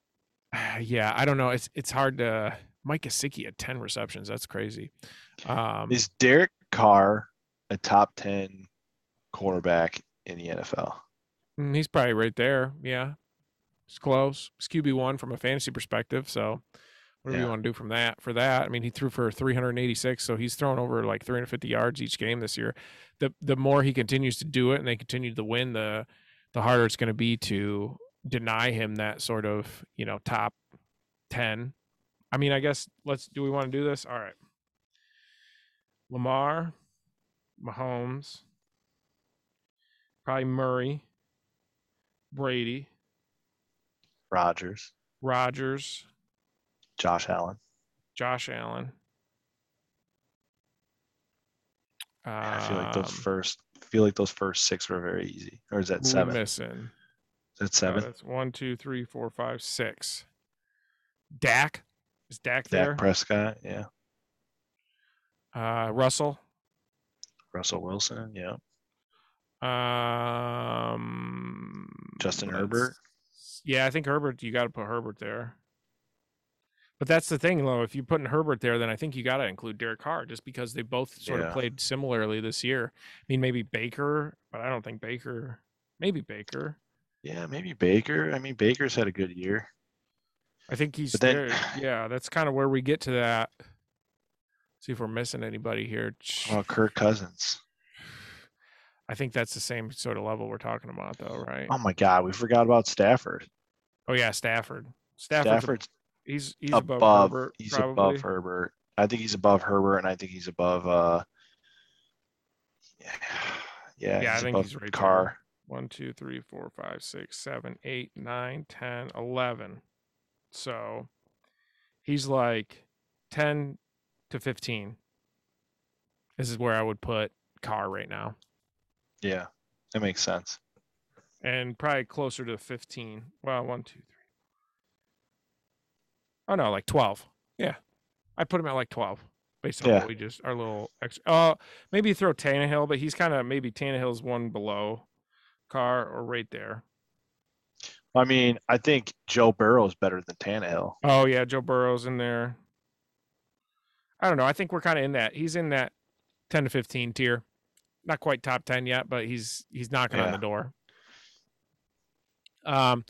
yeah, I don't know. It's it's hard to. Mike Gesicki had ten receptions. That's crazy. Um, Is Derek Carr a top ten quarterback in the NFL? mm, he's probably right there. Yeah, it's close. It's QB one from a fantasy perspective. So, whatever you Yeah. want to do from that for that. I mean, he threw for 386, so he's thrown over like 350 yards each game this year. The the more he continues to do it, and they continue to win, the the harder it's going to be to deny him that sort of you know top ten. I mean, I guess let's do we want to do this? All right. Lamar, Mahomes, probably Murray, Brady, Rodgers, Rogers, Josh Allen. Josh Allen. Um, I feel like those first I feel like those first six were very easy. Or is who that we seven? Is missing? that Uh, seven? that's one, two, three, four, five, six. Dak is Dak there? Dak Prescott, yeah. uh, Russell. Russell Wilson, yeah. Um, Justin let's- Herbert. Yeah, I think Herbert. You got to put Herbert there. But that's the thing, though. If you're putting Herbert there, then I think you got to include Derek Carr, just because they both sort Yeah. of played similarly this year. I mean, maybe Baker, but I don't think Baker. Maybe Baker. Yeah, maybe Baker. I mean Baker's had a good year. I think he's But then- there. Yeah, that's kind of where we get to that. See if we're missing anybody here. Ch- Well, Oh, Kirk Cousins. I think that's the same sort of level we're talking about, though, right? Oh my god, we forgot about Stafford. oh yeah, Stafford. Stafford's, ab- Stafford's he's he's above, above, Herbert, he's probably. above Herbert. I think he's above Herbert and I think he's above uh yeah, Yeah, I he's think above he's right there. Carr. One, two, three, four, five, six, seven, eight, nine, ten, eleven. So he's like ten to fifteen. This is where I would put Carr right now. Yeah. That makes sense. and probably closer to 15. Well, one, two, three. Oh no, like 12. Yeah, I put him at like 12 based on Yeah. what we just our little extra. Oh, maybe throw Tannehill, but he's kind of maybe Tannehill's one below Carr or right there. I mean, I think Joe Burrow's better than Tannehill. Oh yeah, Joe Burrow's in there. I don't know. I think we're kind of in that. He's in that 10 to 15 tier. Not quite top 10 yet, but he's he's knocking on Yeah. the door. Um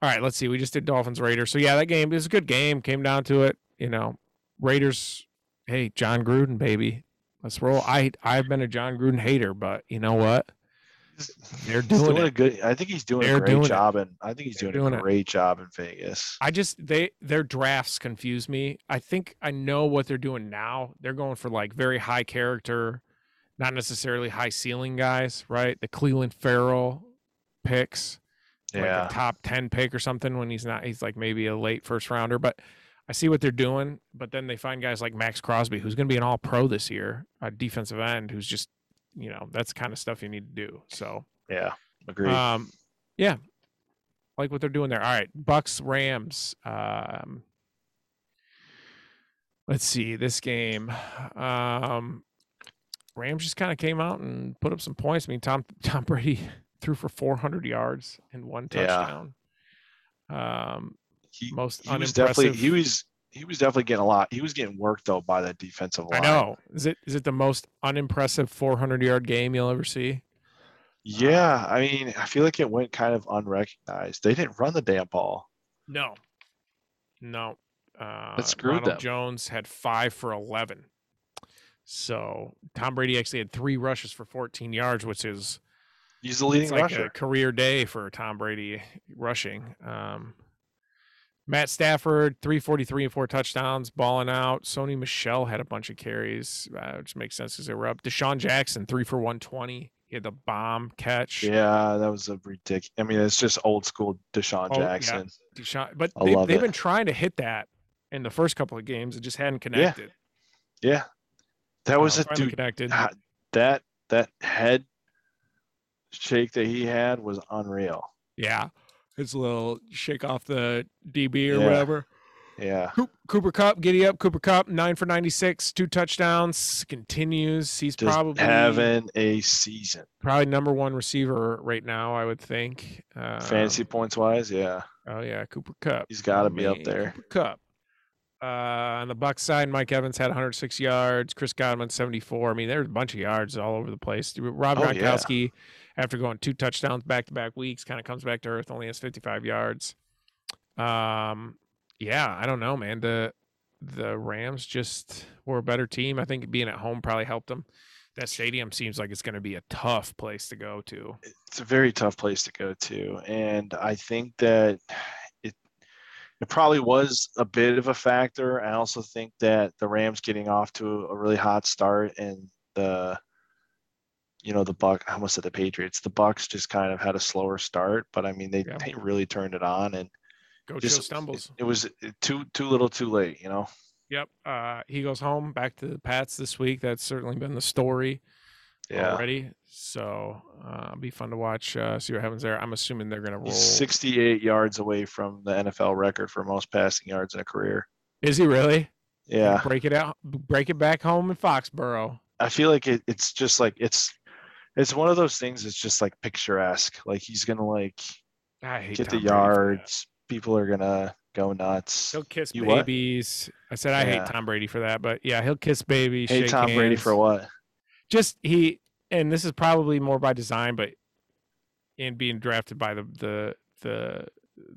all right, let's see. We just did Dolphins Raiders. So yeah, that game is a good game. Came down to it, you know. Raiders, hey, John Gruden baby. Let's roll. I I've been a John Gruden hater, but you know what? They're He's doing doing it. a good. I think he's doing They're a great doing it. job, and I think he's They're doing, doing a it. great job in Vegas. I just they their drafts confuse me. I think I know what they're doing now. They're going for like very high character, not necessarily high ceiling guys, right? The Cleveland Farrell picks, yeah, like a top ten pick or something. When he's not, he's like maybe a late first rounder. But I see what they're doing. But then they find guys like Max Crosby, who's going to be an All Pro this year, a defensive end, who's just you know that's kind of stuff you need to do. So yeah, agreed. um, yeah, like what they're doing there. All right, Bucks Rams. Um, let's see this game. Um, Rams just kind of came out and put up some points. I mean, Tom Tom Brady threw for 400 yards and one Yeah. touchdown. Um, he, most he was definitely he unimpressive- was he was definitely getting a lot. He was getting worked though by that defensive I line. know. Is it is it the most unimpressive 400 yard game you'll ever see? Yeah, I mean, I feel like it went kind of unrecognized. They didn't run the damn ball. No. No. Uh, screwed Ronald them. Jones had five for 11. So Tom Brady actually had three rushes for 14 yards, which is He's the it's leading like rusher. a career day for Tom Brady rushing. Um, Matt Stafford, 343 and four touchdowns, balling out. Sony Michelle had a bunch of carries, uh, which makes sense because they were up. Deshaun Jackson, three for 120. He had the bomb catch. yeah, that was a ridiculous. I mean, it's just old school Deshaun Oh, yeah. Jackson. Deshaun, but I they, love they've it. been trying to hit that in the first couple of games. It just hadn't connected. Yeah, that was Uh, a finally dude. connected. ah, That that head shake that he had was unreal. Yeah, his little shake off the DB or Yeah. whatever. Yeah. Coop, Cooper Cup, giddy up, Cooper Cup, nine for ninety six, two touchdowns. Continues. He's just probably having a season. probably number one receiver right now. I would think. Um, Fantasy points wise, yeah, Oh yeah, Cooper Cup. he's got to be up Man, there. Cooper Cup. Uh, on the Buck side, Mike Evans had 106 yards. Chris Godwin 74. I mean, there's a bunch of yards all over the place. Rob Oh, yeah. Gronkowski, after going two touchdowns back to back weeks, kind of comes back to earth. Only has 55 yards. Um, yeah, I don't know, man. The the Rams just were a better team. I think being at home probably helped them. that stadium seems like it's going to be a tough place to go to. it's a very tough place to go to and i think that it it probably was a bit of a factor i also think that the rams getting off to a really hot start and the you know the buck i almost said the patriots the bucks just kind of had a slower start but i mean they, Yeah. they really turned it on and Go Joe Just- stumbles. it was too too little too late you know Yep. Uh, he goes home back to the Pats this week. That's certainly been the story already. So uh, it'll be fun to watch. Uh, see what happens there. I'm assuming they're going to roll. He's 68 yards away from the NFL record for most passing yards in a career. Is he really? Yeah. Break it out. Break it back home in Foxborough. I feel like it, it's just like it's it's one of those things that's just like picturesque. Like he's gonna like I hate get the Tom Brady for that. yards. People are gonna go nuts. He'll kiss You what? babies. I said I Yeah. hate Tom Brady for that, but yeah, he'll kiss babies. Hey shake Tom Brady hands. for what? just he and this is probably more by design but in being drafted by the the the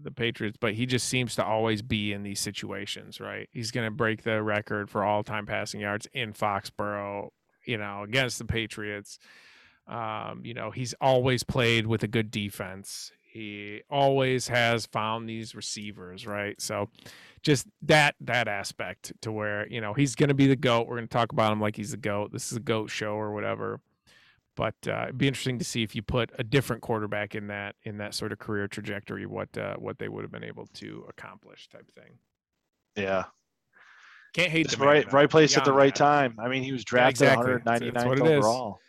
the Patriots, but he just seems to always be in these situations, right? He's going to break the record for all-time passing yards in Foxborough, you know, against the Patriots. Um, you know, he's always played with a good defense. He always has found these receivers, right? So just that that aspect to where you know he's going to be the goat. We're going to talk about him like he's the goat. This is a goat show or whatever. But uh, it'd be interesting to see if you put a different quarterback in that in that sort of career trajectory, what uh, what they would have been able to accomplish, type thing. Yeah. Can't hate Just the man, right though. right place at the Beyond right that. time. I mean, he was drafted exactly. It's- it's 199th what it is. overall.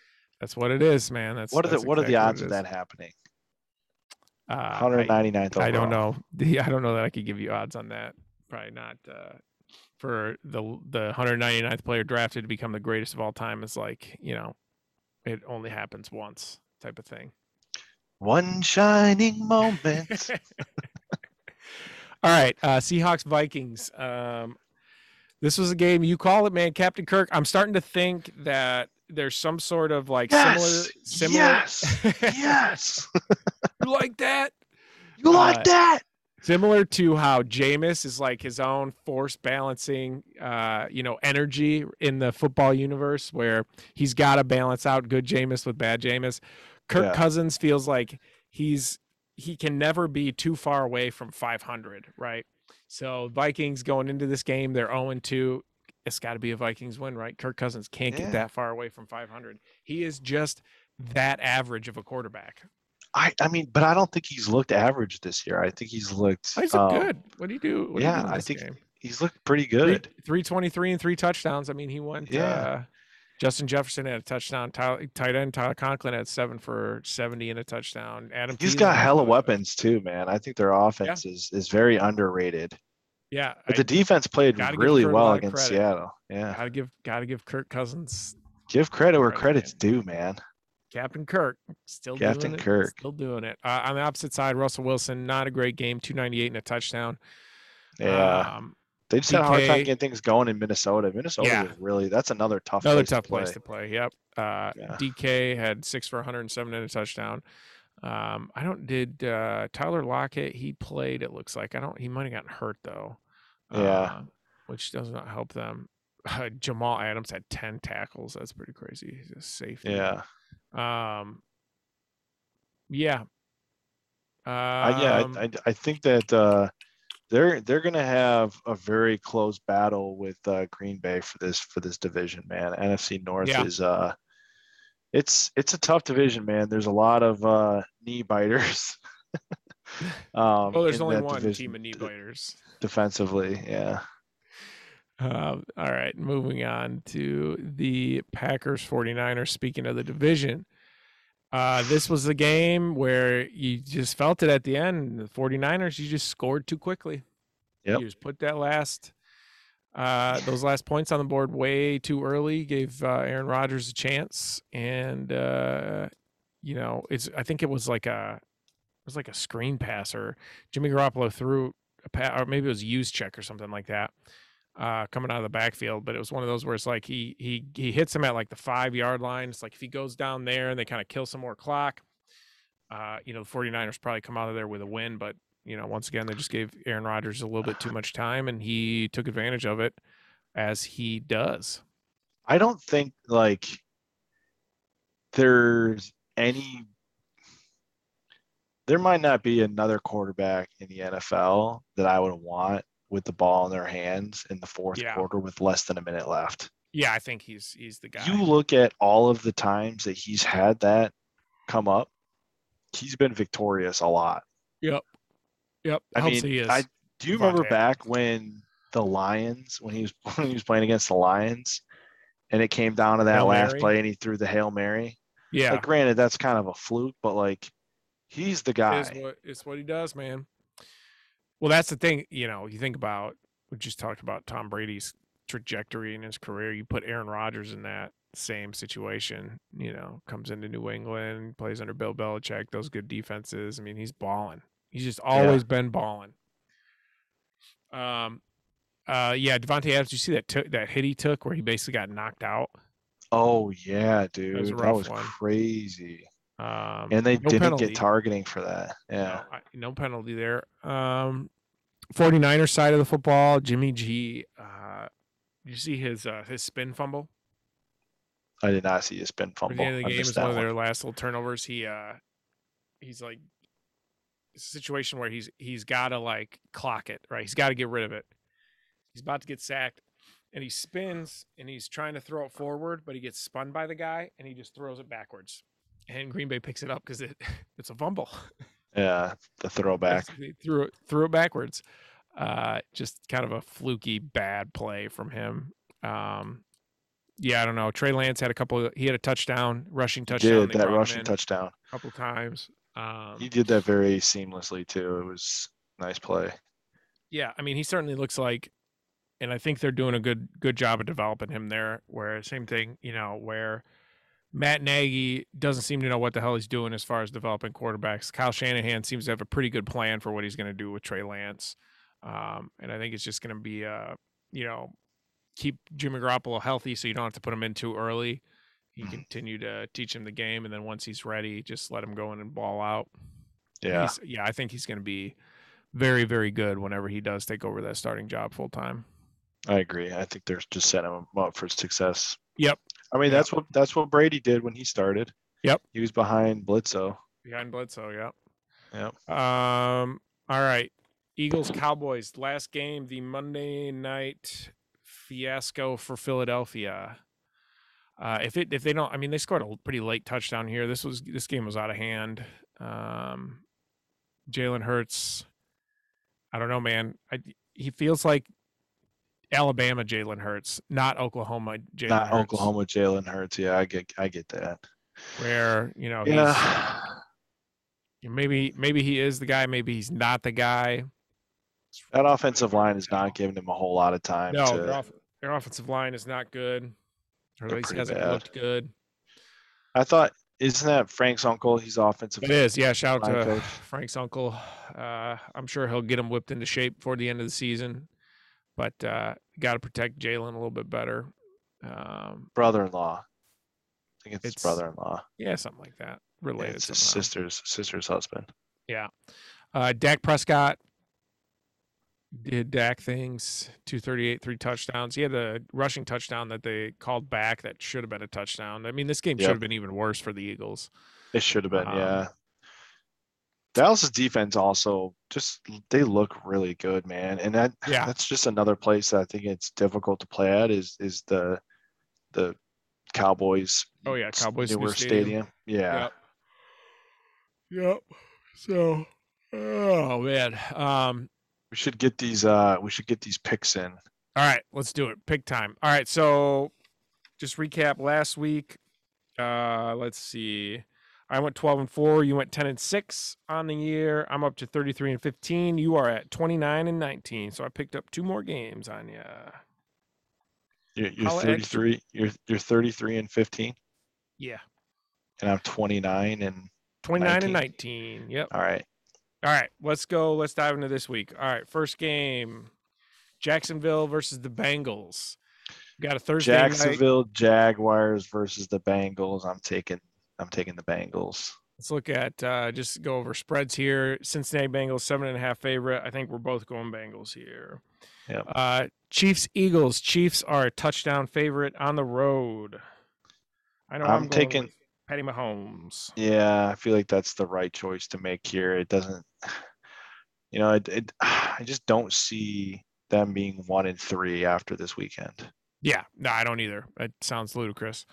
That's what it is, man. That's What are the that's what are the exactly odds it of is. that happening? Uh, I- 199th overall. I don't know. Yeah, I don't know that I could give you odds on that. Probably not. Uh, for the the 199th player drafted to become the greatest of all time is like you know, it only happens once type of thing. One shining moment. all right, uh, Seahawks Vikings. Um, this was a game you call it, man. Captain Kirk. I'm starting to think that there's some sort of like yes. similar Yes. similar. Yes. you like that? You like Uh, that? similar to how Jameis is like his own force balancing, uh, you know, energy in the football universe where he's got to balance out good Jameis with bad Jameis. Kirk Yeah. Cousins feels like he's he can never be too far away from 500, right? So Vikings going into this game, they're 0 2. It's got to be a Vikings win, right? Kirk Cousins can't Yeah. get that far away from 500. He is just that average of a quarterback. I, I mean, but I don't think he's looked average this year. I think he's looked Oh, He's um, good. What do you do? What do you do yeah, in I this think game? He's looked pretty Three- good. 323 and three touchdowns. I mean, he went. Yeah. Uh, Justin Jefferson had a touchdown. Tyler, tight end Tyler Conklin had seven for 70 and a touchdown. Adam. He's Thielen got had hella a- weapons too, man. I think their offense is is very underrated. Yeah. But I, the defense played gotta give really Kirk a well lot of against credit. Seattle. Yeah, gotta give gotta give Kirk Cousins, give credit where Credit, credit's man. due, man. Captain Kirk, still Captain doing it, Kirk. still doing it. Uh, on the opposite side, Russell Wilson, not a great game, 298 and a touchdown. Yeah, Um, they just had a hard time DK. getting things going in Minnesota. Minnesota Yeah. was really that's another tough Another place tough to place play. to play. Yep. Uh, Yeah. DK had six for 107 and a touchdown. Um, I don't did uh, Tyler Lockett. He played. It looks like I don't. He might have gotten hurt though. Yeah. uh, which does not help them. Uh, Jamal Adams had 10 tackles. That's pretty crazy. He's a safety. Yeah, Um. Yeah. Um, I, yeah, I, I, I think that uh, they're they're gonna have a very close battle with uh, Green Bay for this for this division, man. NFC North Yeah. is uh, it's it's a tough division, man. There's a lot of uh, knee biters. um, oh, there's in only that one division team of knee d- bladers. defensively. Yeah, Um, all right, moving on to the Packers 49ers. Speaking of the division, uh, this was the game where you just felt it at the end. The 49ers, you just scored too quickly. Yep. You just put that last, uh, those last points on the board way too early, gave uh, Aaron Rodgers a chance. And, uh, you know, it's, I think it was like a, it was like a screen pass or Jimmy Garoppolo threw a pass, or maybe it was use check or something like that uh, coming out of the backfield, but it was one of those where it's like he he he hits him at like the five yard line. It's like if he goes down there and they kind of kill some more clock, uh, you know, the 49ers probably come out of there with a win, but you know, once again, they just gave Aaron Rodgers a little bit too much time and he took advantage of it as he does. I don't think like there's any there might not be another quarterback in the NFL that I would want with the ball in their hands in the fourth Yeah. quarter with less than a minute left. Yeah, I think he's he's the guy. You look at all of the times that he's had that come up, he's been victorious a lot. yep, I helps mean, he is. I- Do you remember Devontae back when the Lions, when he was when he was playing against the Lions, and it came down to that Hail last Mary? play, and he threw the hail mary. yeah, Like, granted, that's kind of a fluke, but like, he's the guy. It is what it's what he does, man. Well, that's the thing, you know, you think about we just talked about Tom Brady's trajectory in his career. You put Aaron Rodgers in that same situation, you know, comes into New England, plays under Bill Belichick, those good defenses. I mean, he's balling. He's just always been balling. Um uh yeah, Devontae Adams, you see that took that hit he took where he basically got knocked out. Oh yeah, dude, was a that rough was one. crazy. Um And they no didn't penalty. get targeting for that. Yeah. No, I- no penalty there. Um, 49er side of the football, Jimmy G. Uh, you see his uh, his spin fumble I did not see a spin at fumble. the end of Oh, I the game missed is that one of one. their last little turnovers. He uh, he's like it's a situation where he's he's got to like clock it right. He's got to get rid of it. He's about to get sacked, and he spins and he's trying to throw it forward, but he gets spun by the guy and he just throws it backwards. And Green Bay picks it up because it it's a fumble. Yeah, the throwback. Basically threw it threw it backwards. Uh, just kind of a fluky bad play from him. Um, yeah, I don't know. Trey Lance had a couple. He had a touchdown, rushing touchdown. did they that brought him rushing in touchdown? a couple times? Um, He did that very seamlessly too. It was nice play. yeah, I mean, he certainly looks like, and I think they're doing a good good job of developing him there. Where same thing, you know, where Matt Nagy doesn't seem to know what the hell he's doing as far as developing quarterbacks. Kyle Shanahan seems to have a pretty good plan for what he's going to do with Trey Lance, um, and I think it's just going to be, uh, you know, keep Jimmy Garoppolo healthy so you don't have to put him in too early. You Mhm. continue to teach him the game, and then once he's ready, just let him go in and ball out. Yeah. He's- yeah, I think he's going to be very, very good whenever he does take over that starting job full time. I agree. I think they're just setting him up for success. Yep. I mean, Yep. that's what that's what Brady did when he started. Yep. He was behind Blitzo. Behind Bledsoe, yeah. Yep. Um, all right. Eagles, Cowboys, last game, the Monday night fiasco for Philadelphia. Uh, if it if they don't, I mean, they scored a pretty late touchdown here. This was this game was out of hand. Um, Jalen Hurts, I don't know, man. I, he feels like Alabama Jalen Hurts, not Oklahoma Jalen Not Hurts, Oklahoma Jalen Hurts. Yeah, I get I get that. where you know he's, yeah. maybe maybe he is the guy, maybe he's not the guy. That offensive line is No. not giving him a whole lot of time. No, to, their, off- their offensive line is not good. Or at They're least pretty hasn't bad. looked good. I thought isn't that Frank's uncle? He's offensive. It is, yeah. Shout out Line to coach. Frank's uncle. Uh, I'm sure he'll get him whipped into shape before the end of the season, but uh, got to protect Jalen a little bit better. Um, brother-in-law. I think it's, It's his brother-in-law. yeah, something like that. Yeah, Related it's his somehow. sister's sister's husband. Uh, Dak Prescott did Dak things 238, three touchdowns. He had a rushing touchdown that they called back that should have been a touchdown. I mean, this game should Yep. have been even worse for the Eagles. It should have been, Um, yeah. Dallas's defense also just they look really good, man. And that Yeah. that's just another place that I think it's difficult to play at is is the the Cowboys. Oh, yeah, s- Cowboys' new newer stadium. Yeah. Yep. Yep. So, oh man. Um. We should get these uh we should get these picks in. All right, let's do it. Pick time. All right. So, just recap last week. Uh, let's see. I went 12 and 4. You went 10 and 6 on the year. I'm up to 33 and 15. You are at 29 and 19. So I picked up two more games on you. You're, you're Holla extra. 33 you're you're 33 and 15 Yeah. and I'm 29 and 29 and 19. Yep. all right. All right, let's go. Let's dive into this week. All right, first game Jacksonville versus the Bengals. We got a Thursday night. Jacksonville Jaguars versus the Bengals. I'm taking I'm taking the Bengals. Let's look at uh, just go over spreads here. Cincinnati Bengals, seven and a half favorite. I think we're both going Bengals here. Yep. Uh, Chiefs Eagles. Chiefs are a touchdown favorite on the road. I know I'm I'm, going taking- with- Patty Mahomes. Yeah, I feel like that's the right choice to make here. It doesn't, you know, it, it I just don't see them being one and three after this weekend. Yeah, no, I don't either. It sounds ludicrous.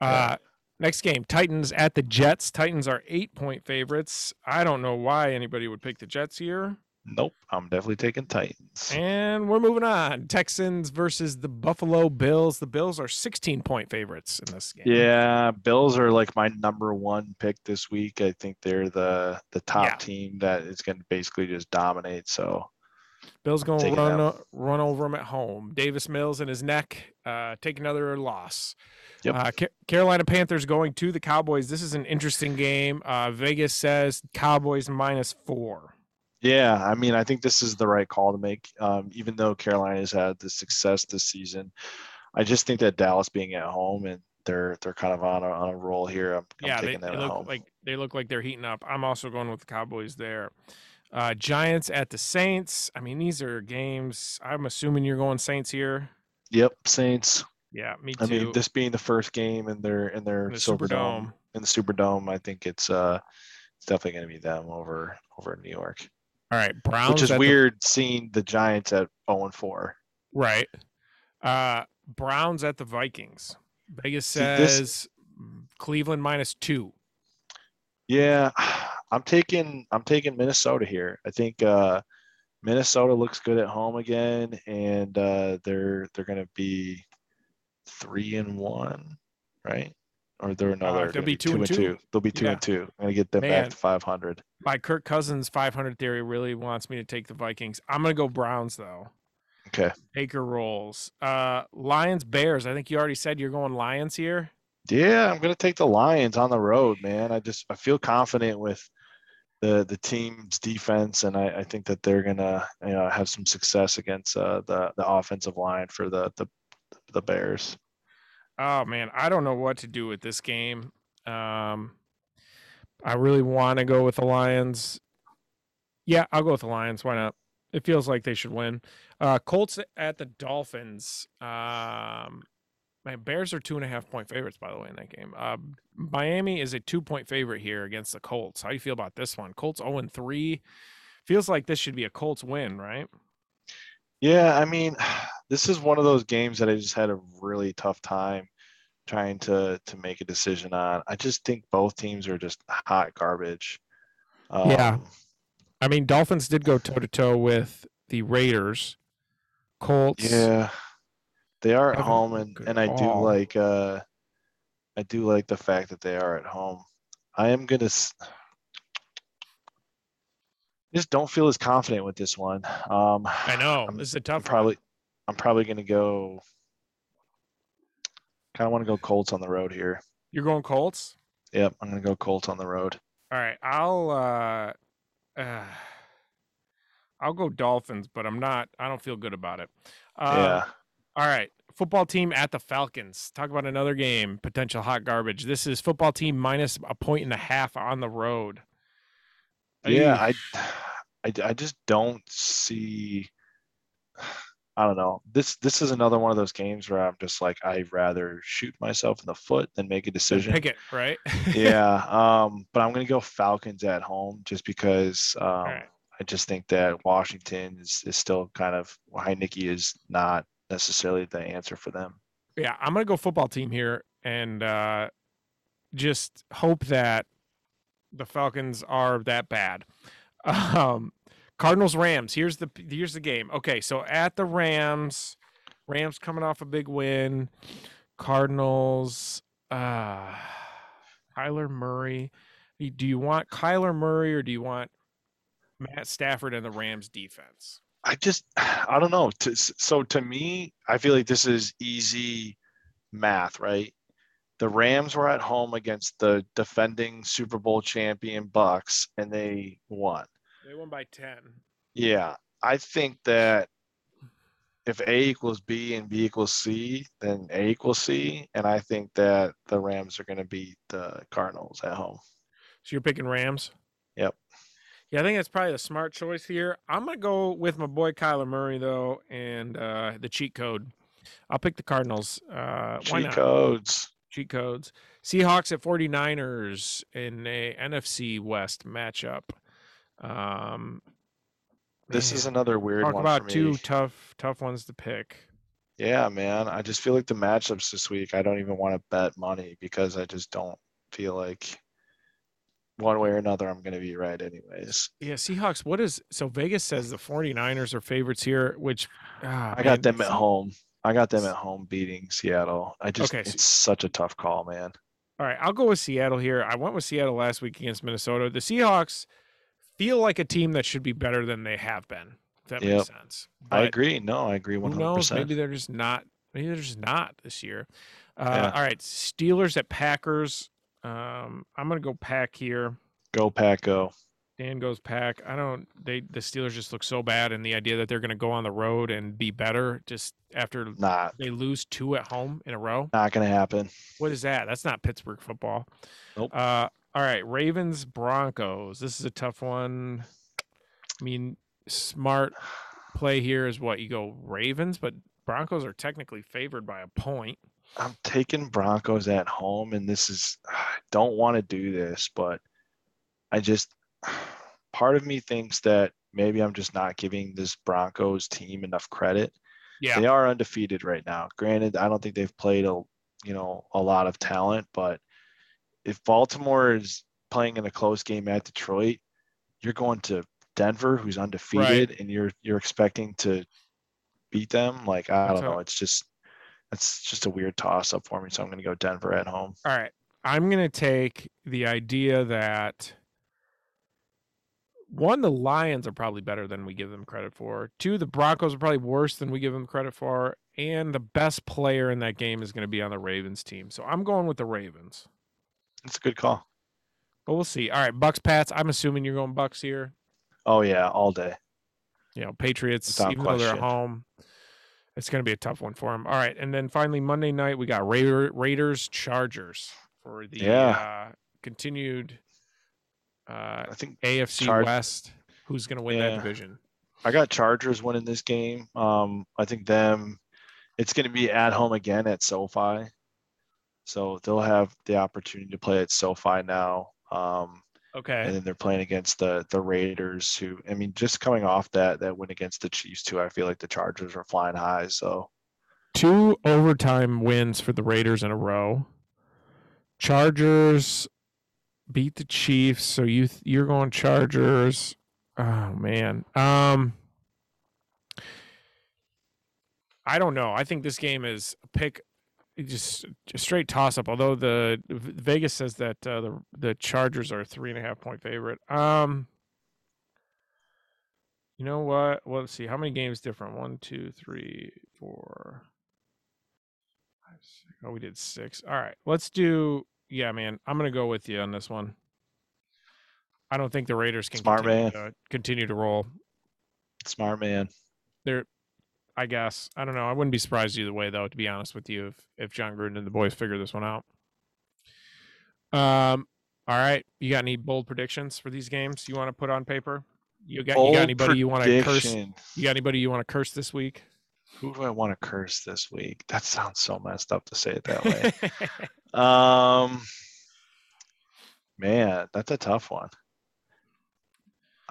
Yeah. Uh, next game, Titans at the Jets. Titans are eight point favorites. I don't know why anybody would pick the Jets here. Nope, I'm definitely taking Titans. And we're moving on. Texans versus the Buffalo Bills. The Bills are 16 point favorites in this game. Yeah, Bills are like my number one pick this week. I think they're the the top Yeah. team that is going to basically just dominate. So Bills going to taking run, them. o- run over them at home. Davis Mills in his neck. Uh, take another loss. Yep. Uh, Ca- Carolina Panthers going to the Cowboys. This is an interesting game. Uh, Vegas says Cowboys minus four. Yeah, I mean, I think this is the right call to make. Um, even though Carolina's had the success this season, I just think that Dallas being at home and they're they're kind of on a, on a roll here. I'm, I'm yeah, they, taking they them at look home. like they look like they're heating up. I'm also going with the Cowboys there. Uh, Giants at the Saints. I mean, these are games. I'm assuming you're going Saints here. yep, Saints. Yeah, me too. I mean, this being the first game in their in their In the Silverdome Superdome. in the Superdome, I think it's uh it's definitely going to be them over over New York, All right, Browns. which is at the- weird seeing the Giants at 0 and 4. right. Uh, Browns at the Vikings. Vegas See, this- says mm, Cleveland minus two. Yeah, I'm taking I'm taking Minnesota here. I think uh, Minnesota looks good at home again, and uh, they're they're going to be three and one, right? Or they're another. Uh, they'll be two and two. They'll be two Yeah. and two. I'm going to get them Man. back to 500. My Kirk Cousins 500 theory really wants me to take the Vikings. I'm gonna go Browns though. Okay. Baker rolls. Uh, Lions Bears. I think you already said you're going Lions here. Yeah, I'm going to take the Lions on the road, man. I just I feel confident with the the team's defense, and I, I think that they're going to you know, have some success against uh, the the offensive line for the the the Bears. Oh man, I don't know what to do with this game. Um, I really want to go with the Lions. Yeah, I'll go with the Lions. Why not? It feels like they should win. Uh, Colts at the Dolphins. Um, my Bears are two and a half point favorites, by the way, in that game. Uh, Miami is a two point favorite here against the Colts. How do you feel about this one? Colts 0 and 3. Feels like this should be a Colts win, right? Yeah, I mean, this is one of those games that I just had a really tough time trying to to make a decision on. I just think both teams are just hot garbage. Yeah. Um, I mean, Dolphins did go toe to toe with the Raiders. Colts. yeah. They are at Haven't home and looked at and I do all. like uh I do like the fact that they are at home. I am gonna s- just don't feel as confident with this one. Um I know. I'm- this is a I'm tough one. probably I'm probably gonna go kind of want to go Colts on the road here. You're going Colts? Yep, I'm gonna go Colts on the road. All right. I'll uh, uh I'll go Dolphins, but I'm not I don't feel good about it. Uh yeah, all right. Football team at the Falcons. Talk about another game, potential hot garbage. This is football team minus a point and a half on the road. yeah. I, Eesh. I, I just don't see. I don't know. This this is another one of those games where I'm just like I'd rather shoot myself in the foot than make a decision. pick it, right? yeah, um, but I'm gonna go Falcons at home just because um, right. I just think that Washington is is still kind of Heineke is not necessarily the answer for them. yeah, I'm gonna go football team here and uh, just hope that the Falcons are that bad. Um, Cardinals Rams. Here's the here's the game. Okay, so at the Rams, Rams coming off a big win. Cardinals. Uh, Kyler Murray. Y- Do you want Kyler Murray or do you want Matt Stafford and the Rams defense? I just I don't know. To- So to me, I feel like this is easy math, right? The Rams were at home against the defending Super Bowl champion Bucks and they won. They won by ten. Yeah, I think that if A equals B and B equals C, then A equals C, and I think that the Rams are going to beat the Cardinals at home. So you're picking Rams? Yep. Yeah, I think that's probably the smart choice here. I'm gonna go with my boy Kyler Murray though, and uh, the cheat code. I'll pick the Cardinals. Uh, why Cheat not? codes. cheat codes. Seahawks at 49ers in a NFC West matchup. Um, This is man, another weird talk one. for about me. two tough, tough ones to pick. Yeah, man. I just feel like the matchups this week, I don't even want to bet money because I just don't feel like one way or another I'm going to be right, anyways. Yeah, Seahawks. What is so? Vegas says the 49ers are favorites here, which ah, I got man, them at home. I got them at home beating Seattle. I just, Okay, so- it's such a tough call, man. All right, I'll go with Seattle here. I went with Seattle last week against Minnesota. The Seahawks feel like a team that should be better than they have been. If that Yep. makes sense. I But- agree. No, I agree Who knows? 100%. Maybe they're just not. Maybe they're just not this year. Uh, Yeah. All right, Steelers at Packers. Um, I'm gonna go Pack here. Go, Pack, go. Dan goes Pack. I don't. They the Steelers just look so bad, and the idea that they're gonna go on the road and be better just after Not, they lose two at home in a row. not going to happen. What is that? That's not Pittsburgh football. Nope. Uh, all right, Ravens Broncos. This is a tough one. I mean, smart play here is what you go Ravens, but Broncos are technically favored by a point. I'm taking Broncos at home, and this is I don't want to do this, but I just part of me thinks that maybe I'm just not giving this Broncos team enough credit. Yeah. They are undefeated right now. Granted, I don't think they've played a you know a lot of talent, but if Baltimore is playing in a close game at Detroit, you're going to Denver, who's undefeated, and you're you're expecting to beat them. Like I That's don't how- know, it's just that's just a weird toss up for me. So I'm going to go Denver at home. All right, I'm gonna take the idea that one, the Lions are probably better than we give them credit for. Two, the Broncos are probably worse than we give them credit for. And the best player in that game is going to be on the Ravens team. So I'm going with the Ravens. That's a good call. But we'll see. All right, Bucks, Pats. I'm assuming you're going Bucks here. Oh yeah, all day. You know, Patriots, Without even though they're at question. home, it's going to be a tough one for them. All right, and then finally Monday night we got Raider, Raiders, Chargers for the Yeah. uh, continued uh, I think AFC Charg- West. Who's going to win that Yeah. division? I got Chargers winning this game. Um, I think them. It's going to be at home again at SoFi, so they'll have the opportunity to play at SoFi now. Um, and Okay. then they're playing against the the Raiders, who I mean, just coming off that that win against the Chiefs too. I feel like the Chargers are flying high. So Two overtime wins for the Raiders in a row. Chargers beat the Chiefs, so you th- you're going Chargers. Oh man. Um I don't know. I think this game is a pick just a straight toss up. Although the V- Vegas says that uh, the the Chargers are a three and a half point favorite. Um, you know what? Well, let's see. How many games different? One, two, three, four, five, six. Oh, we did six. All right. Let's do. Yeah, man. I'm gonna go with you on this one. I don't think the Raiders can Smart continue man. to, continue to roll. smart man. I guess. I don't know. I wouldn't be surprised either way, though, to be honest with you, if, if John Gruden and the boys figure this one out. Um, all right. You got any bold predictions for these games you want to put on paper? You got, you Bold got anybody you want to curse? prediction. You got anybody you want to curse this week? Who do I want to curse this week? That sounds so messed up to say it that way. Um, man, that's a tough one.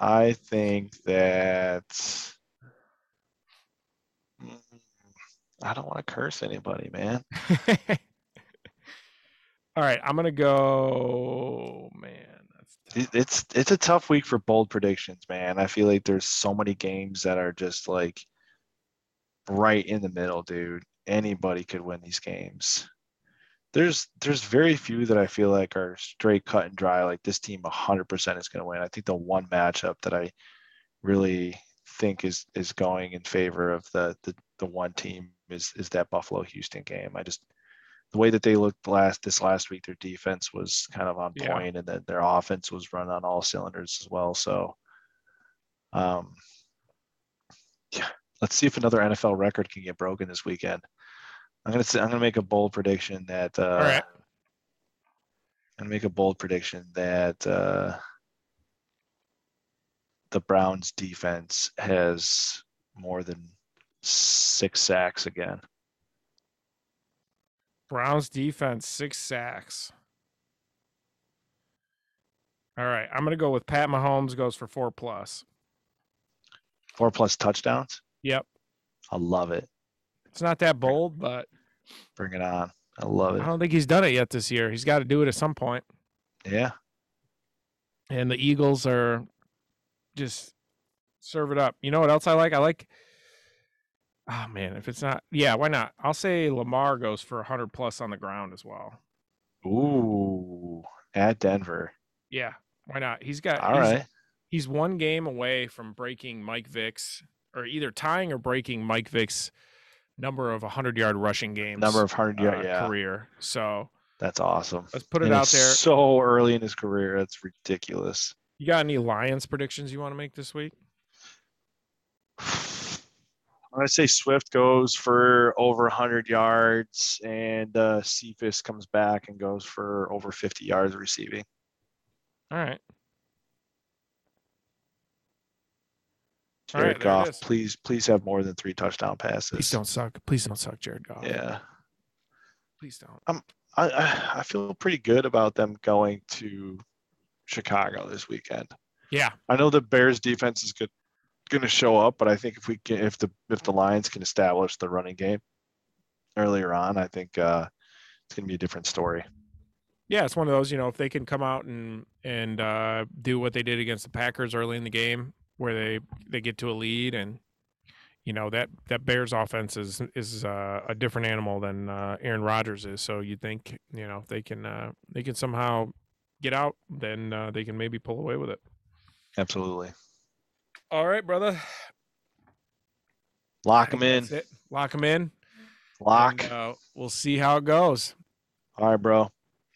I think that Mm, I don't want to curse anybody, man. all right. I'm going to go, man. That's It- It's it's a tough week for bold predictions, man. I feel like there's so many games that are just like right in the middle, dude. Anybody could win these games. There's there's very few that I feel like are straight cut and dry. Like this team 100% is going to win. I think the one matchup that I really think is is going in favor of the the, the one team is is that Buffalo Houston game. I just the way that they looked last this last week, their defense was kind of on Yeah. point, and then their offense was run on all cylinders as well. So, um, yeah, let's see if another NFL record can get broken this weekend. I'm gonna say, I'm gonna make a bold prediction that uh, all right. I'm gonna make a bold prediction that uh, the Browns defense has more than six sacks again. Browns defense, six sacks. All right, I'm gonna go with Pat Mahomes goes for four plus. Four plus touchdowns. Yep, I love it. it's not that bold, but Bring it on. I love I it. don't think he's done it yet this year. He's got to do it at some point. Yeah. and the Eagles are just serve it up. You know what else I like? I like. Oh man, if it's not, yeah, why not? I'll say Lamar goes for hundred plus on the ground as well. Ooh. At Denver. Yeah, why not? He's got. All he's, right. he's one game away from breaking Mike Vick's, or either tying or breaking Mike Vick's number of hundred yard rushing games Number of hundred uh, yard. Yeah. career. So That's awesome. let's put it And out it's there. So early in his career, that's ridiculous. You got any Lions predictions you want to make this week? I'm gonna say Swift goes for over 100 yards, and uh, Cephas comes back and goes for over 50 yards receiving. All right. All Jared right, there it is. Goff, please, please have more than three touchdown Please passes. don't suck. Please don't suck, Jared Goff. Yeah, Please don't. I, I I feel pretty good about them going to Chicago this weekend. Yeah. I know the Bears defense is good, going to show up, but I think if we can, if the if the Lions can establish the running game earlier on, I think uh, it's going to be a different story. Yeah, it's one of those, you know, if they can come out and and uh do what they did against the Packers early in the game where they they get to a lead and you know, that that Bears offense is is uh, a different animal than uh Aaron Rodgers is, so you think, you know, if they can uh they can somehow get out, then uh, they can maybe pull away with it. Absolutely, All right, brother. lock them in, That's it. Lock them in. lock. And, uh, we'll see how it goes. All right, bro.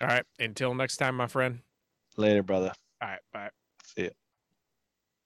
All right. Until next time, my friend. Later, brother. All right. Bye.